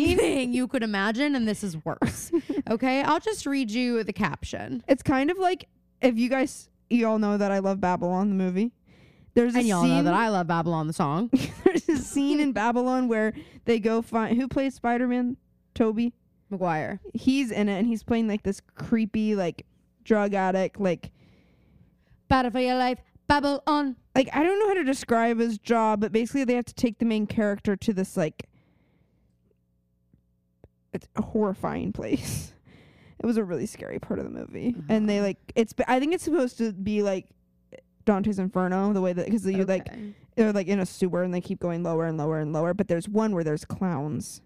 B: Horrifying.
A: thing you could imagine, and this is worse. Okay, I'll just read you the caption.
B: It's kind of like if you guys, you all know that I love Babylon, the movie. There's a
A: And y'all
B: scene,
A: know that I love Babylon the song.
B: there's a scene in Babylon where they go find who plays Spider Man, Toby.
A: McGuire.
B: he's in it and he's playing like this creepy like drug addict like
A: Battle for your life. Babble on.
B: like I don't know how to describe his job, but basically they have to take the main character to this like it's a horrifying place. It was a really scary part of the movie, and
A: Mm-hmm.
B: they like it's. I think it's supposed to be like Dante's Inferno, the way that because you like
A: Okay.
B: they're like in a sewer and they keep going lower and lower and lower. But there's one where there's clowns,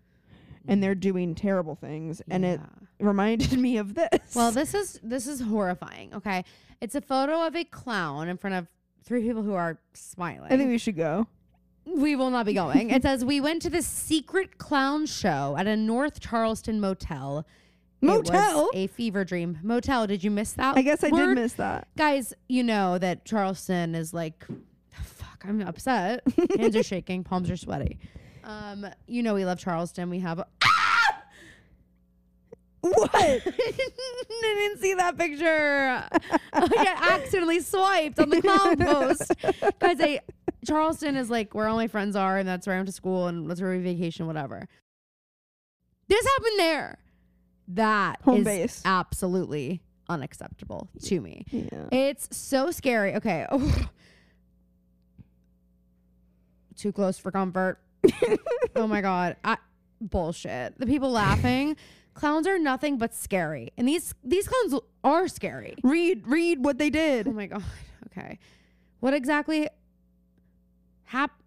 B: and they're doing terrible things, and it
A: Mm. Yeah.
B: reminded me of this.
A: Well, this is this is horrifying. Okay, it's a photo of a clown in front of three people who are smiling.
B: I think we should go.
A: we will not be going. it says we went to this secret clown show at a North Charleston motel. It was
B: Motel.
A: a fever dream motel. Did you miss that?
B: I guess I
A: word?
B: did miss that.
A: Guys, you know that Charleston is like, fuck. I'm upset. Hands are shaking. Palms are sweaty. Um, you know we love Charleston. We have.
B: What?
A: I didn't see that picture. Oh, I got accidentally swiped on the clown post. Guys, I, Charleston is like where all my friends are, and that's where I went to school, and that's where we vacation, whatever. This happened there. That is
B: Home base.
A: absolutely unacceptable to me.
B: Yeah.
A: It's so scary. Okay. Oh. Too close for comfort. oh my god. I bullshit. The people laughing. Clowns are nothing but scary. And these these clowns l- are scary.
B: Read, read what they
A: Oh
B: did.
A: my god. Okay. What exactly hap-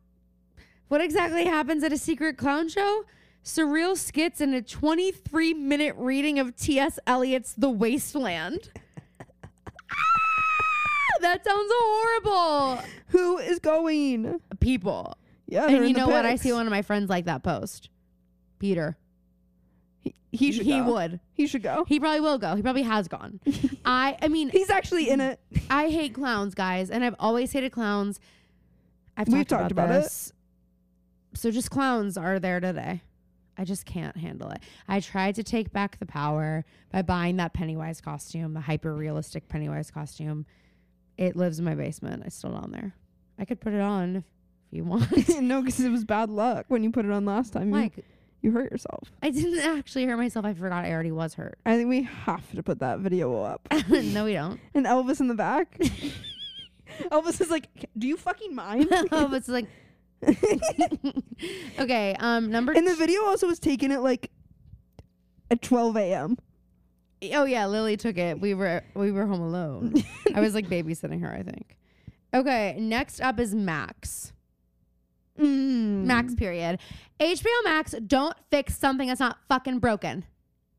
A: What exactly happens at a secret clown show? Surreal skits and a 23 minute reading of T.S. Eliot's The Wasteland. Ah, that sounds horrible.
B: Who is going?
A: People.
B: Yeah,
A: and
B: they're
A: you
B: in the
A: know what? I
B: pics.
A: see one of my friends like that post. Peter.
B: He, he should.
A: he
B: go.
A: would.
B: He should go.
A: He probably will go. He probably has gone. I I mean,
B: He's actually in it.
A: I hate clowns, guys, and I've always hated clowns. I've
B: We've talked about it.
A: this. So just clowns are there today. I just can't handle it. I tried to take back the power by buying that Pennywise costume, the hyper realistic Pennywise costume. It lives in my basement. It's still down there. I could put it on if you want.
B: no, because it was bad luck when you put it on last time. You-
A: Mike,
B: you hurt yourself.
A: I didn't actually hurt myself. I forgot I already was hurt.
B: I think we have to put that video up.
A: no, we don't.
B: and Elvis in the back. Elvis is like, "Do you fucking mind?"
A: Elvis is like, okay, um, number
B: and the video also was taken at like at 12 a.m.
A: Oh yeah, Lily took it. We were we were home alone. I was like babysitting her, I think. Okay, next up is Max.
B: Mm.
A: Mm-hmm. Max period. HBO Max, don't fix something that's not fucking broken.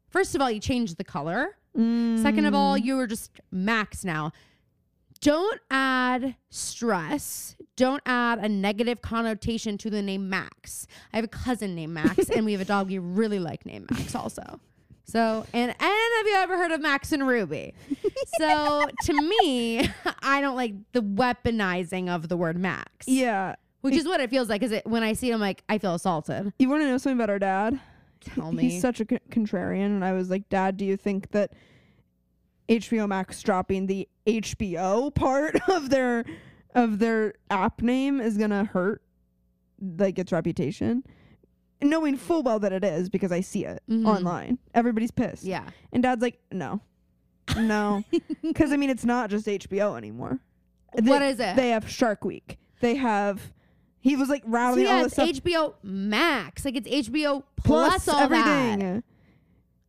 A: First of all, you changed the color. Second of all,
B: Mm.
A: you are just Max now. Don't add stress. Don't add a negative connotation to the name Max. I have a cousin named Max, and we have a dog we really like named Max also. So, and and have you ever heard of Max and Ruby? So, to me, I don't like the weaponizing of the word Max.
B: yeah.
A: which is what it feels like. Is it when I see it, I'm like, I feel assaulted.
B: You want to know something about our dad?
A: Tell
B: He-
A: me.
B: He's such a c- contrarian, and I was like, "Dad, do you think that HBO Max dropping the HBO part of their of their app name is gonna hurt like its reputation?" Knowing full well that it is because I see it
A: Mhm.
B: online. Everybody's pissed.
A: yeah.
B: And Dad's like, "No, no," because I mean, it's not just HBO anymore. They,
A: what is it?
B: They have Shark Week. They have. He was like rattling all
A: yeah,
B: this
A: it's
B: stuff.
A: HBO Max. Like it's HBO plus,
B: plus
A: all
B: everything.
A: that.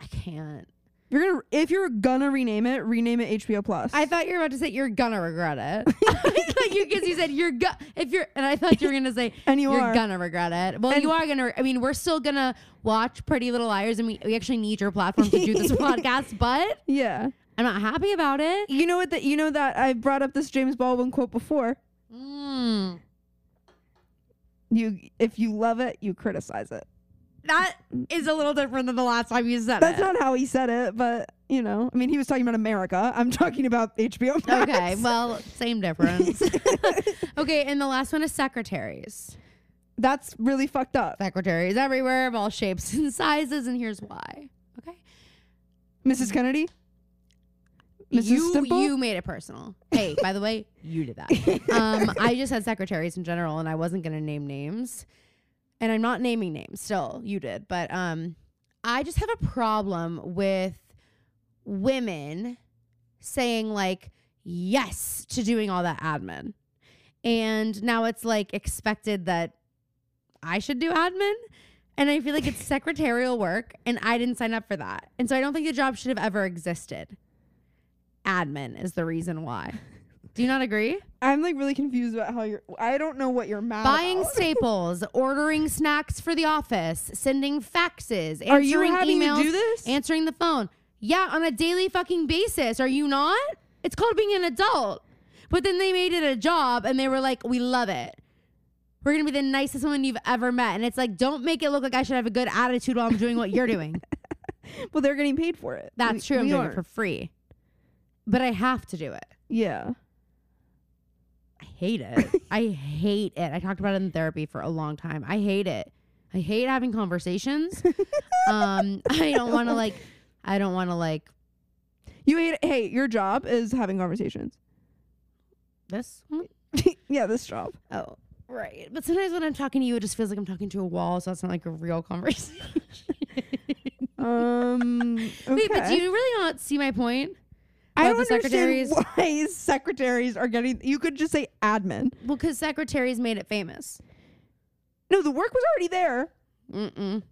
A: I can't.
B: You're gonna if you're gonna rename it, rename it HBO Plus.
A: I thought you were about to say you're gonna regret it. like you, because you said you're go- if you're, and I thought you were gonna say
B: and you
A: you're
B: are.
A: gonna regret it. Well,
B: And-
A: you are gonna. re- I mean, we're still gonna watch Pretty Little Liars, and we, we actually need your platform to do this podcast. But
B: yeah.
A: I'm not happy about it.
B: You know what? That you know that I brought up this James Baldwin quote before.
A: Mm.
B: You if you love it, you criticize it.
A: That is a little different than the last time you said
B: That's
A: it.
B: not how he said it, but you know, I mean, he was talking about America. I'm talking about HBO. Max.
A: okay, well, same difference. okay, and the last one is secretaries.
B: that's really fucked up.
A: secretaries everywhere of all shapes and sizes, and here's why. Okay.
B: Mrs. Kennedy, Mrs.
A: You
B: Stimple?
A: you made it personal. Hey, by the way, you did that. Um, I just had secretaries in general, and I wasn't gonna name names, and I'm not naming names. Still, you did, but um, I just have a problem with women saying like yes to doing all that admin, and now it's like expected that I should do admin. And I feel like it's secretarial work, and I didn't sign up for that. And so I don't think the job should have ever existed admin is the reason why. Do you not agree?
B: I'm like really confused about how you're. I don't know what you're mad.
A: Buying
B: about.
A: staples, ordering snacks for the office, sending faxes, answering
B: Are you having
A: emails,
B: to do this?
A: answering the phone. Yeah, on a daily fucking basis. Are you not? It's called being an adult. But then they made it a job and they were like, we love it. We're going to be the nicest woman you've ever met. And it's like, don't make it look like I should have a good attitude while I'm doing what you're doing.
B: well, they're getting paid for it.
A: That's
B: We-
A: true. I'm
B: we
A: doing it
B: aren't.
A: for free. But I have to do it.
B: yeah.
A: I hate it. I hate it. I talked about it in therapy for a long time. I hate it. I hate having conversations. um, I don't want to like. I don't want to like
B: You hate. Hey, your job is having conversations.
A: this.
B: yeah, this job.
A: Oh, right. But sometimes when I'm talking to you, it just feels like I'm talking to a wall, so it's not like a real conversation.
B: Um,
A: Wait, but do
B: okay.
A: you really not see my point?
B: I
A: about
B: don't
A: the secretaries?
B: understand why secretaries are getting. You could just say admin.
A: Well, because secretaries made it famous.
B: No, the work was already there.
A: Mm-mm.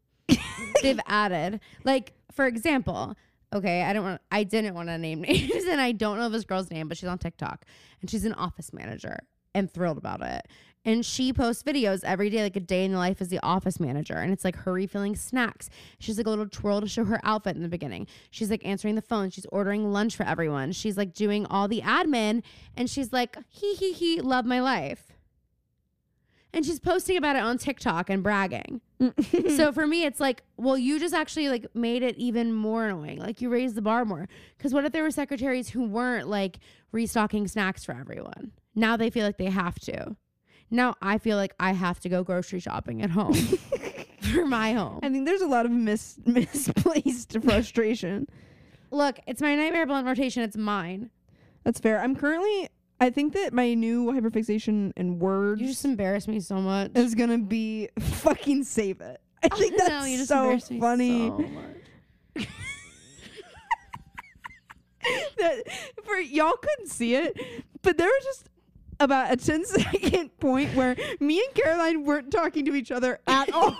A: They've added, like, for example, okay, I don't want, I didn't want to name names, and I don't know this girl's name, but she's on TikTok, and she's an office manager, and thrilled about it. And she posts videos every day, like a day in the life as the office manager. And it's like her refilling snacks. She's like a little twirl to show her outfit in the beginning. She's like answering the phone. She's ordering lunch for everyone. She's like doing all the admin. And she's like, hee hee hee, love my life. And she's posting about it on TikTok and bragging
B: Mm.
A: so for me it's like well you just actually like made it even more annoying like you raised the bar more because what if there were secretaries who weren't like restocking snacks for everyone now they feel like they have to now i feel like i have to go grocery shopping at home for my home
B: I think there's a lot of mis- misplaced frustration.
A: look it's my nightmare blunt rotation it's mine
B: That's fair. I'm currently. I think that my new hyperfixation in words
A: you just embarrass me so much
B: is gonna be fucking save it. I think
A: No,
B: that's
A: you just
B: so
A: embarrass me
B: funny.
A: so much.
B: that for y'all couldn't see it, but there was just about a 10 second point where me and Caroline weren't talking to each other at all.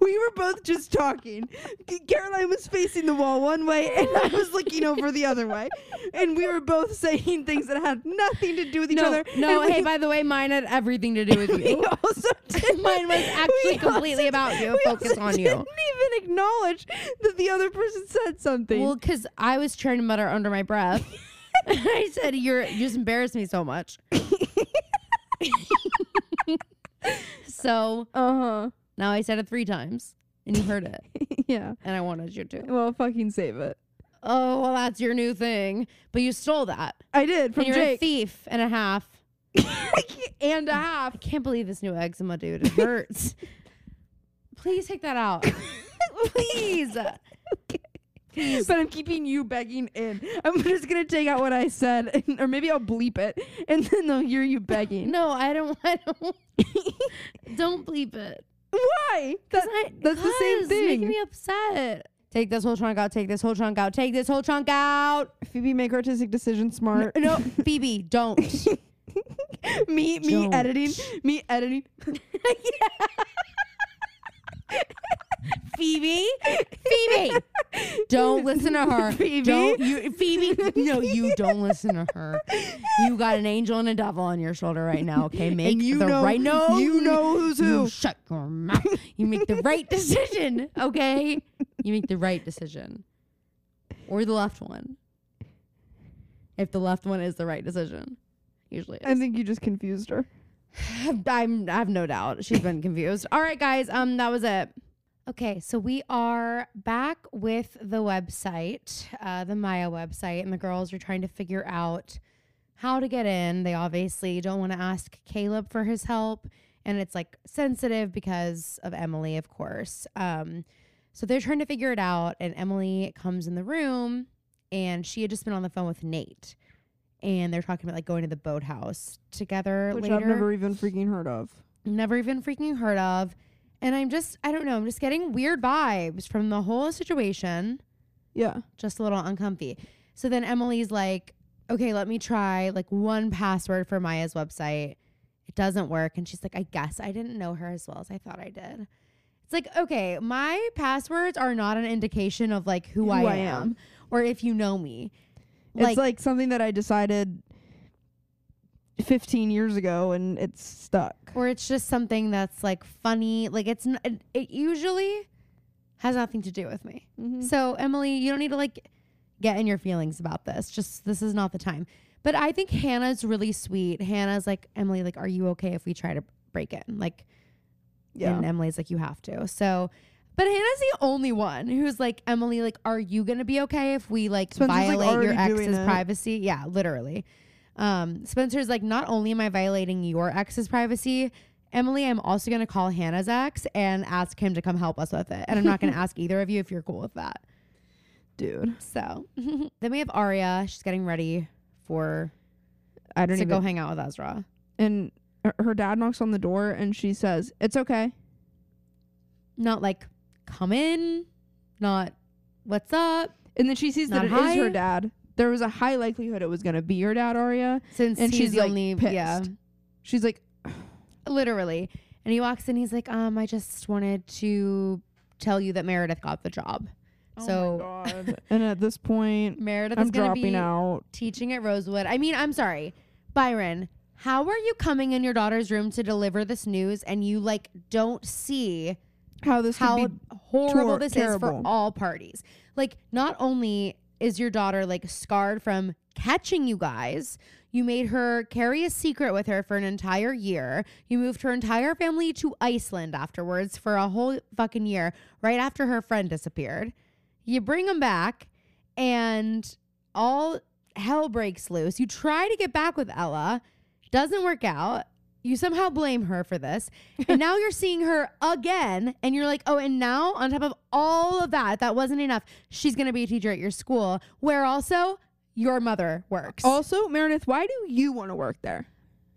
B: we were both just talking. C- Caroline was facing the wall one way, and I was looking over the other way. And we were both saying things that had nothing to do with each
A: no,
B: other.
A: no.
B: and
A: Hey,
B: we-
A: by the way, mine had everything to do with
B: we
A: you.
B: also didn't-
A: Mine was
B: we
A: actually completely
B: also-
A: about you.
B: we
A: Focus
B: also
A: on you.
B: Didn't even acknowledge that the other person said something.
A: Well, because I was trying to mutter under my breath. I said, "You're you just embarrassed me so much." so
B: uh
A: now I said it three times, and you heard it,
B: huh. yeah.
A: and I wanted you to.
B: Well, fucking save it.
A: Oh well, that's your new thing, but you stole that.
B: I did from
A: and you're a
B: Jake.
A: thief and a half.
B: and a half.
A: I can't believe this new eczema, dude. It hurts. Please take that out. Please.
B: But I'm keeping you begging in. I'm just gonna take out what I said, and, or maybe I'll bleep it, and then they'll hear you begging.
A: No, I don't. I don't. don't bleep it.
B: Why? That,
A: 'Cause I-
B: that's the same
A: 'cause it's Making
B: thing.
A: me upset. Take this whole chunk out. Take this whole chunk out. Take this whole chunk out.
B: Phoebe, make artistic decisions smart.
A: No, Phoebe, don't.
B: me, me
A: Don't.
B: editing, me editing.
A: Phoebe, Phoebe, don't listen to her.
B: Phoebe?
A: don't you, Phoebe. No, you don't listen to her. You got an angel and a devil on your shoulder right now. Okay, make
B: and you
A: the
B: know,
A: right. No,
B: you know who's
A: You
B: who.
A: shut your mouth. You make the right decision. Okay, you make the right decision, or the left one. If the left one is the right decision, usually. It
B: I
A: is.
B: think you just confused her.
A: I'm I have no doubt she's been confused. All right, guys, um, that was it. Okay, so we are back with the website, uh, the Maya website, and the girls are trying to figure out how to get in. They obviously don't want to ask Caleb for his help, and it's like sensitive because of Emily, of course. Um, so they're trying to figure it out, and Emily comes in the room, and she had just been on the phone with Nate, and they're talking about like going to the boathouse together
B: Which
A: later
B: I've never even freaking heard of.
A: never even freaking heard of. And I'm just, I don't know, I'm just getting weird vibes from the whole situation,
B: Yeah.
A: just a little uncomfy. So then Emily's like, okay, let me try like one password for Maya's website. It doesn't work. And she's like, I guess I didn't know her as well as I thought I did. It's like, okay, my passwords are not an indication of like who, I, am, or if you know me.
B: it's like something that I decided 15 years ago and it's stuck.
A: or it's just something that's like funny. Like it's, n- it, it usually has nothing to do with me.
B: Mm-hmm. Mm.
A: So, Emily, you don't need to like get in your feelings about this. Just this is not the time. But I think Hannah's really sweet. Hannah's like, Emily, like, are you okay if we try to break in? Like,
B: Yeah.
A: and Emily's like, you have to. So, but Hannah's the only one who's like, Emily, like, are you gonna be okay if we like
B: Spencer's, like,
A: violate your
B: already doing
A: ex's
B: it.
A: privacy? Yeah, literally. Um, Spencer's like, not only am I violating your ex's privacy, Emily, I'm also gonna call Hannah's ex and ask him to come help us with it. And I'm not gonna ask either of you if you're cool with that.
B: Dude.
A: So then we have Aria. She's getting ready for
B: I don't
A: to
B: even
A: go hang out with Ezra.
B: and her- her dad knocks on the door and she says, "It's okay."
A: Not like come in, not what's up.
B: And then she sees
A: Not
B: that it is
A: high?
B: her dad. There was a high likelihood it was going to be her dad, Arya.
A: Since
B: And
A: he's
B: she's,
A: the
B: like,
A: only yeah,
B: pissed. She's like,
A: literally. And he walks in. He's like, um, I just wanted to tell you that Meredith got the job. so
B: "Oh god." and at this point,
A: Meredith
B: I'm
A: is gonna
B: dropping
A: be
B: out.
A: teaching at Rosewood. I mean, I'm sorry, Byron. How are you coming in your daughter's room to deliver this news and you like don't see
B: How this
A: how
B: could be
A: horrible
B: tor-
A: this is for
B: terrible.
A: all parties. Like, not only is your daughter like scarred from catching you guys, you made her carry a secret with her for an entire year. You moved her entire family to Iceland afterwards for a whole fucking year, right after her friend disappeared. You bring them back, and all hell breaks loose. You try to get back with Ella, doesn't work out. You somehow blame her for this. And now you're seeing her again, and you're like, oh, and now on top of all of that, if that wasn't enough. She's going to be a teacher at your school, where also your mother works.
B: Also, Meredith, why do you want to work there?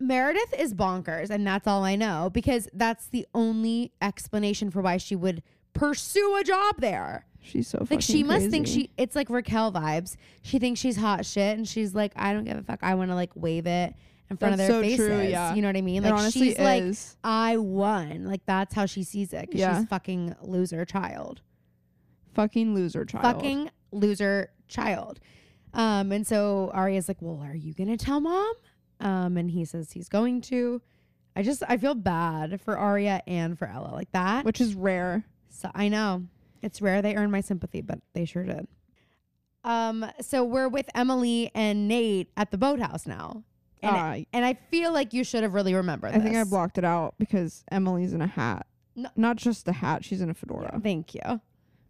A: Meredith is bonkers, and that's all I know because that's the only explanation for why she would pursue a job there.
B: She's so fucking
A: Like she must think
B: crazy.
A: she it's like Raquel vibes. She thinks she's hot shit and she's like, I don't give a fuck. I wanna like wave it in front
B: That's
A: of their
B: so
A: faces.
B: true, yeah.
A: You know what I mean?
B: It
A: Like
B: honestly
A: she's like,
B: is.
A: I won. Like that's how she sees it. 'cause
B: Yeah.
A: she's fucking loser child.
B: fucking loser child.
A: Fucking loser child. Um, and so Arya's like, Well, are you gonna tell mom? Um, and he says he's going to. I just I feel bad for Arya and for Ella. Like that.
B: which is rare.
A: So I know it's rare they earn my sympathy, but they sure did. Um, so we're with Emily and Nate at the boathouse now, and
B: Ah,
A: and I feel like you should have really remembered.
B: I think I
A: this.
B: blocked it out because Emily's in a hat.
A: No-
B: Not just a hat, she's in a fedora.
A: Yeah, thank you,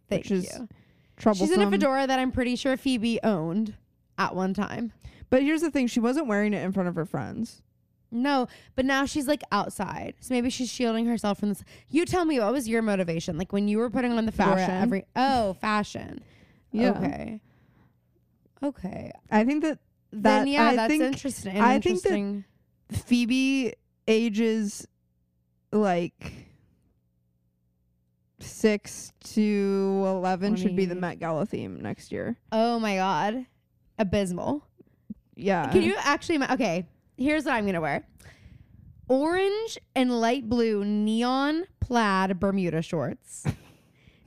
A: thank
B: Which is
A: you.
B: Troublesome.
A: She's in a fedora that I'm pretty sure Phoebe owned at one time.
B: But here's the thing, she wasn't wearing it in front of her friends.
A: No, but now she's like outside, so maybe she's shielding herself from this. You tell me, what was your motivation? Like when you were putting on the fedora
B: Fashion.
A: every oh fashion,
B: Yeah.
A: okay, okay.
B: I think that That-
A: then yeah,
B: I
A: that's
B: think-
A: interesting.
B: I think that-
A: interesting.
B: Phoebe ages like six to eleven should be the
A: Twenty.
B: Met Gala theme next year.
A: oh my god, abysmal.
B: Yeah.
A: Can you actually? ima- Okay, here's what I'm gonna wear: orange and light blue neon plaid Bermuda shorts,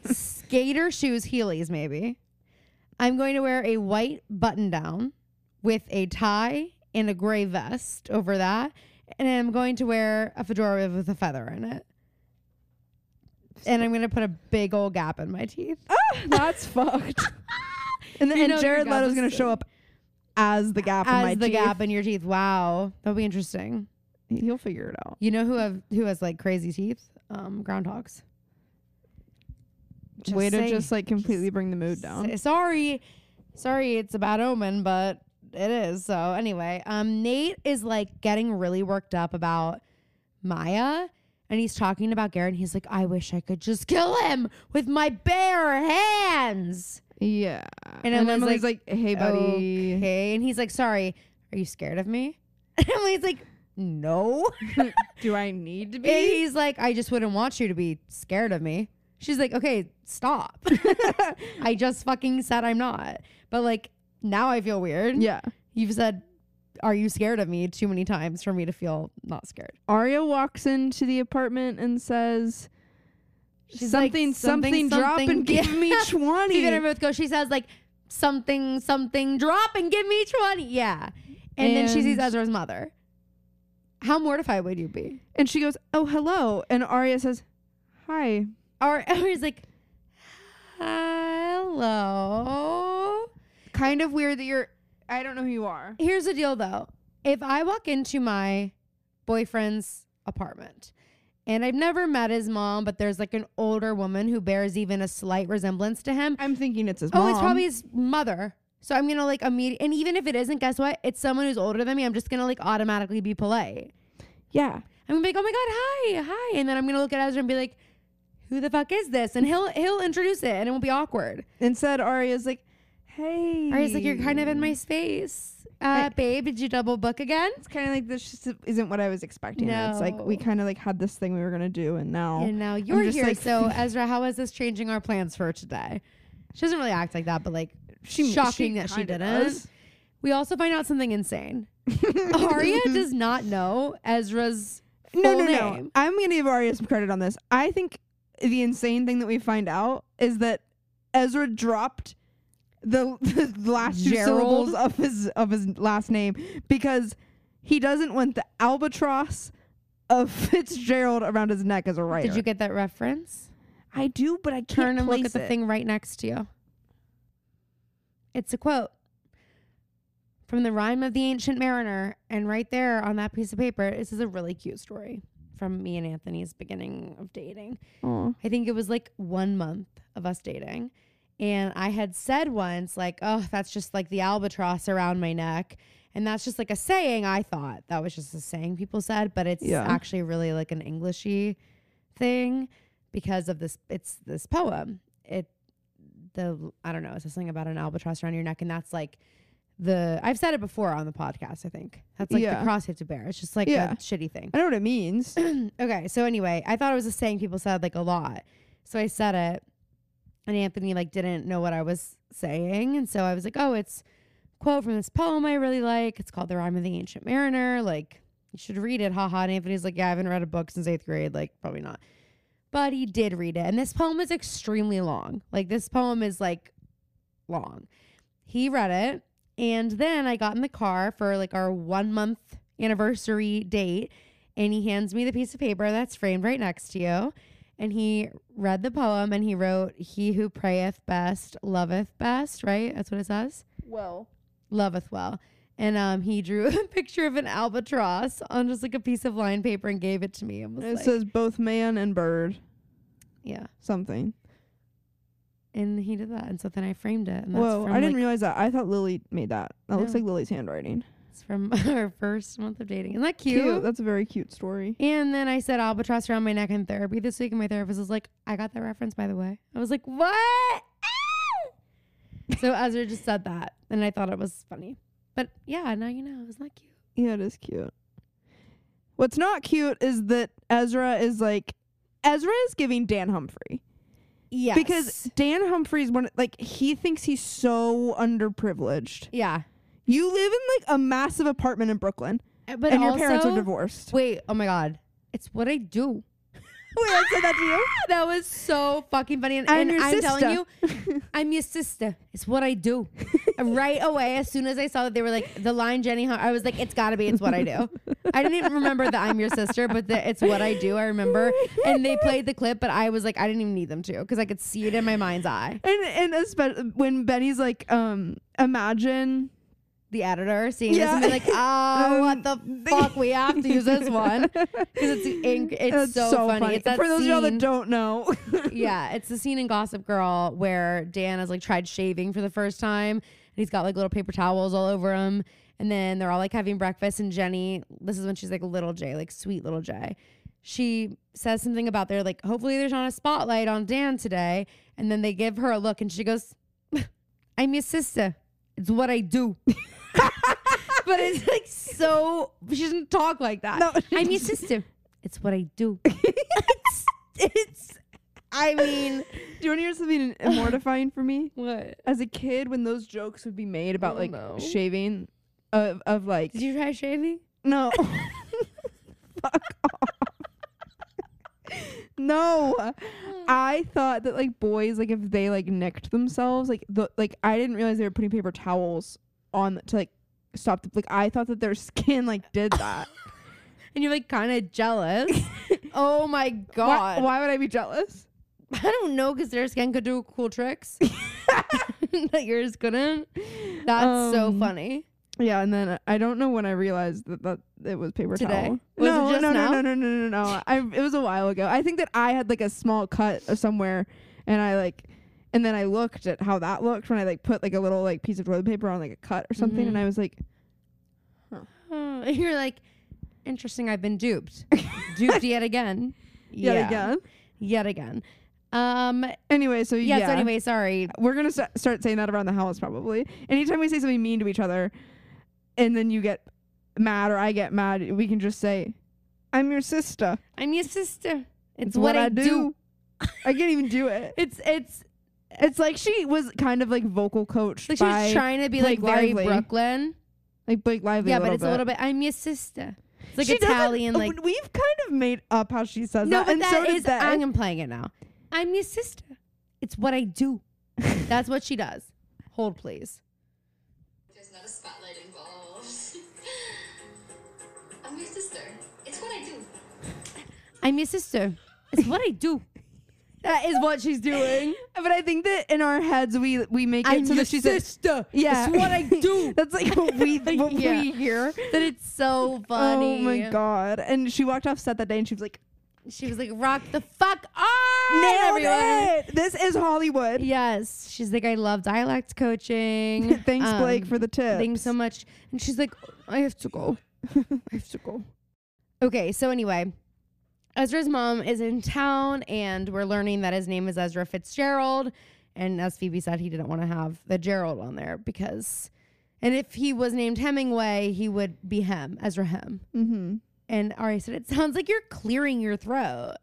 A: skater shoes, Heelys maybe. I'm going to wear a white button down with a tie and a gray vest over that, and I'm going to wear a fedora with a feather in it. And I'm gonna put a big old gap in my teeth.
B: That's fucked. And then
A: You
B: and
A: know
B: Jared
A: your gap
B: Leto's
A: is
B: gonna
A: so-
B: show up as the gap in
A: as
B: my
A: the
B: teeth.
A: gap in your teeth. Wow, that'll be interesting.
B: He'll figure it out.
A: You know who have who has like crazy teeth? Um, groundhogs. Just
B: Way to
A: saying.
B: just like completely bring the mood down.
A: S- Sorry, sorry, it's a bad omen, but it is. So anyway, um, Nate is like getting really worked up about Maya. And he's talking about Garrett, and he's like, I wish I could just kill him with my bare hands.
B: Yeah.
A: And
B: And,
A: Emily's
B: Emily's like, "Oh, hey, buddy.
A: Okay. And he's like, Sorry, are you scared of me? And Emily's like, No.
B: Do I need to
A: And he's like, I just wouldn't want you to be scared of me. She's like, okay, stop. I just fucking said I'm not. But like, now I feel weird.
B: Yeah.
A: You've said, are you scared of me too many times for me to feel not scared?
B: Arya walks into the apartment and says,
A: She's like,
B: something, something,
A: "Something,
B: drop
A: something."
B: and give me
A: Yeah.
B: 20.
A: Phoebe and I both go, she says, like, something, something, drop and give me 20. Yeah. And, then she sees
B: And-
A: Ezra's mother. How mortified would you be?
B: and she goes, oh, hello. And Arya says, hi.
A: Or, or he's like, hello.
B: Kind of weird that you're, I don't know who you are.
A: Here's the deal though. If I walk into my boyfriend's apartment and I've never met his mom, but there's like an older woman who bears even a slight resemblance to him,
B: I'm thinking it's his
A: oh,
B: mom.
A: it's probably his mother. So I'm gonna like immediately, and even if it isn't, guess what? It's someone who's older than me. I'm just gonna like automatically be polite.
B: Yeah.
A: I'm gonna be like, oh my god, hi, hi, and then I'm gonna look at Ezra and be like, who the fuck is this? And he'll he'll introduce it, and it won't be awkward.
B: Instead, Arya's like, hey.
A: Or he's like, you're kind of in my space, uh, babe. Did you double book again?
B: It's kind of like this just isn't what I was expecting. And It's like we
A: No.
B: kind of like had this thing we were gonna do, and now
A: And now you're
B: just
A: here.
B: like-
A: so, Ezra, how is this changing our plans for today? She doesn't really act like that, but like shocking that she
B: kinda
A: didn't.
B: does.
A: We also find out something insane. Arya does not know Ezra's full
B: No, no,
A: name.
B: no. I'm gonna give Arya some credit on this. I think the insane thing that we find out is that Ezra dropped the, the last two
A: Gerald.
B: syllables of his of his last name because he doesn't want the albatross of Fitzgerald around his neck as a writer.
A: Did you get that reference?
B: I do, but I can't
A: Turn and look
B: place
A: at the
B: it.
A: thing right next to you. It's a quote from the Rhyme of the Ancient Mariner, and right there on that piece of paper, this is a really cute story from me and Anthony's beginning of dating.
B: Aw.
A: I think it was like one month of us dating. And I had said once, like, oh, that's just like the albatross around my neck. And that's just like a saying I thought. That was just a saying people said, but it's
B: Yeah.
A: actually really like an Englishy thing because of this it's this poem. It the I don't know, it's something about an albatross around your neck, and that's like the I've said it before on the podcast, I think. That's like
B: Yeah.
A: the cross you have to bear. It's just like
B: Yeah.
A: a shitty thing.
B: I know what it means.
A: okay, so anyway, I thought it was a saying people said like a lot. So I said it and Anthony like didn't know what I was saying, and so I was like, "Oh, it's a quote from this poem I really like. It's called The Rhyme of the Ancient Mariner. Like, you should read it, haha." And Anthony's like, "Yeah, I haven't read a book since eighth grade. Like, probably not." But he did read it, and this poem is extremely long. Like, this poem is like long. He read it, and then I got in the car for like our one month anniversary date, and he hands me the piece of paper that's framed right next to you and he read the poem and he wrote he who prayeth best loveth best right that's what it says
B: Well,
A: loveth well and um, he drew a picture of an albatross on just like a piece of lined paper and gave it to me and was
B: it
A: like,
B: says both man and bird
A: yeah
B: something.
A: and he did that and so then i framed it and that's
B: Whoa,
A: from,
B: I didn't
A: like,
B: realize that. I thought Lily made that. That looks
A: No.
B: like Lily's handwriting.
A: it's from our first month of dating isn't that cute,
B: That's a very cute story.
A: and then i said albatross around my neck in therapy this week and my therapist was like i got that reference by the way i was like what Ah! so ezra just said that and i thought it was funny but yeah now you know it's not cute
B: Yeah, it is cute. What's not cute is that Ezra is like Ezra is giving Dan Humphrey.
A: Yes.
B: Because Dan Humphrey's one like he thinks he's so underprivileged.
A: yeah,
B: You live in like a massive apartment in Brooklyn
A: Uh, but
B: and
A: also,
B: your parents are divorced.
A: Wait, oh my god, it's what I do.
B: Wait, I said that to you?
A: That was so fucking funny, and,
B: I'm
A: and
B: your
A: I'm telling you,
B: sister.
A: I'm your sister. It's what I do. right away, as soon as I saw that they were like the line Jenny, Hum- I was like, it's gotta be, it's what I do. I didn't even remember that I'm your sister, but that it's what I do. I remember, and they played the clip, but I was like, I didn't even need them to because I could see it in my mind's eye.
B: And and especially when Benny's like, um, imagine
A: The editor seeing this
B: Yeah.
A: and be like, oh, what
B: Um,
A: the fuck? We have to use this one. Because it's, inc- it's
B: That's
A: so, funny. It's that
B: For those of y'all
A: scene-
B: that don't know,
A: yeah, it's the scene in Gossip Girl where Dan has like tried shaving for the first time and he's got like little paper towels all over him. And then they're all like having breakfast and Jenny, this is when she's like little J, like sweet little J. She says something about there, like, hopefully there's not a spotlight on Dan today. And then they give her a look and she goes, I'm your sister. It's what I do. but it's like so, she doesn't talk like that.
B: No.
A: I'm your sister. It's what I do. it's, I mean,
B: Do you want to hear something mortifying for me?
A: what?
B: As a kid, when those jokes would be made about
A: Oh,
B: like
A: no.
B: shaving, of of like
A: Did you try shaving?
B: no, fuck off, no. I thought that like boys, like if they like nicked themselves, like the like I didn't realize they were putting paper towels on to like stop the like I thought that their skin like did that.
A: And you're like kind of jealous. oh my
B: why,
A: god!
B: why would I be jealous?
A: I don't know because their skin could do cool tricks that yours couldn't. That's so
B: Um,
A: funny.
B: Yeah, and then uh, I don't know when I realized that, that it was paper
A: Today?
B: towel.
A: Was it
B: no,
A: just
B: no,
A: now?
B: no, no, no, no, no, no. I it was a while ago. I think that I had like a small cut or somewhere, and I like, and then I looked at how that looked when I like put like a little like piece of toilet paper on like a cut or something, and
A: Mhm.
B: I was like,
A: Oh, you're like, interesting. I've been duped, duped yet again,
B: yeah, again.
A: yet again. Um.
B: Anyway, so
A: Yeah.
B: yeah.
A: So anyway, sorry.
B: we're gonna sta- start saying that around the house probably. Anytime we say something mean to each other, and then you get mad or I get mad, we can just say, "I'm your sister."
A: I'm your sister. It's, what, I, do.
B: I can't even do it.
A: It's it's
B: It's like she was kind of like vocal coached
A: like she
B: by
A: was trying to be
B: Blake
A: like very
B: Lively.
A: Brooklyn.
B: like Blake Lively.
A: Yeah,
B: a
A: but it's
B: bit.
A: a little bit. I'm your sister. It's like
B: She doesn't- oh,
A: Italian, like
B: we've kind of made up how she says
A: No,
B: that,
A: but
B: and so
A: that
B: did
A: is.
B: they.
A: I'm playing it now. I'm your sister. It's what I do. That's what she does. Hold, please.
C: There's not a spotlight involved. I'm your sister. It's what I do.
A: I'm your sister. It's what I do. That is what she's doing.
B: but I think that in our heads we we make it
A: I'm
B: so
A: your
B: that she's a-
A: sister.
B: yeah,
A: It's what I do.
B: That's like what we what
A: Yeah.
B: we hear.
A: that it's so funny.
B: Oh my god! And she walked off set that day, and she was like,
A: She was like, "Rock the fuck on,
B: "Nailed
A: everyone."
B: it! This is Hollywood."
A: Yes, she's like, "I love dialect coaching."
B: Thanks,
A: Um,
B: Blake, for the tips.
A: Thanks so much. And she's like, "I have to go."
B: I have to go.
A: Okay, so anyway, Ezra's mom is in town, and we're learning that his name is Ezra Fitzgerald. And as Phoebe said, he didn't want to have the Gerald on there because, and if he was named Hemingway, he would be Hem, Ezra Hem.
B: Mm-hmm.
A: And Ari said, It sounds like you're clearing your throat.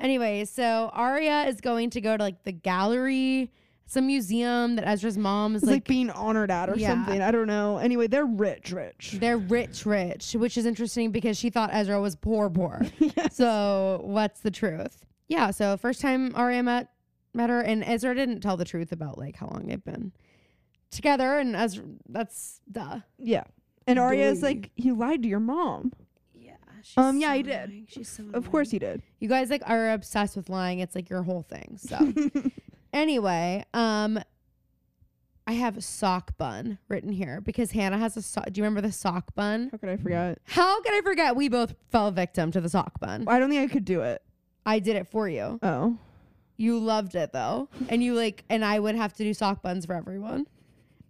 A: Anyway, so Arya is going to go to like the gallery, some museum that Ezra's mom is
B: It's like,
A: like.
B: being honored at or
A: Yeah.
B: something. I don't know. Anyway, they're rich, rich.
A: they're rich, rich, which is interesting because she thought Ezra was poor, poor.
B: yes.
A: So what's the truth? Yeah. So first time Arya met met her, and Ezra didn't tell the truth about like how long they've been together, and Ezra that's duh.
B: Yeah. And Arya is
A: Boy.
B: like, he lied to your mom.
A: Yeah.
B: Um, yeah, so I did. annoying.
A: She's so.
B: Of course he did.
A: You guys like are obsessed with lying. It's like your whole thing. So anyway, um, I have sock bun written here because Hannah has a sock. Do you remember the sock bun?
B: How could I forget?
A: How could I forget? We both fell victim to the sock bun.
B: I don't think I could do it.
A: I did it for you.
B: Oh.
A: You loved it though, and you like, and I would have to do sock buns for everyone.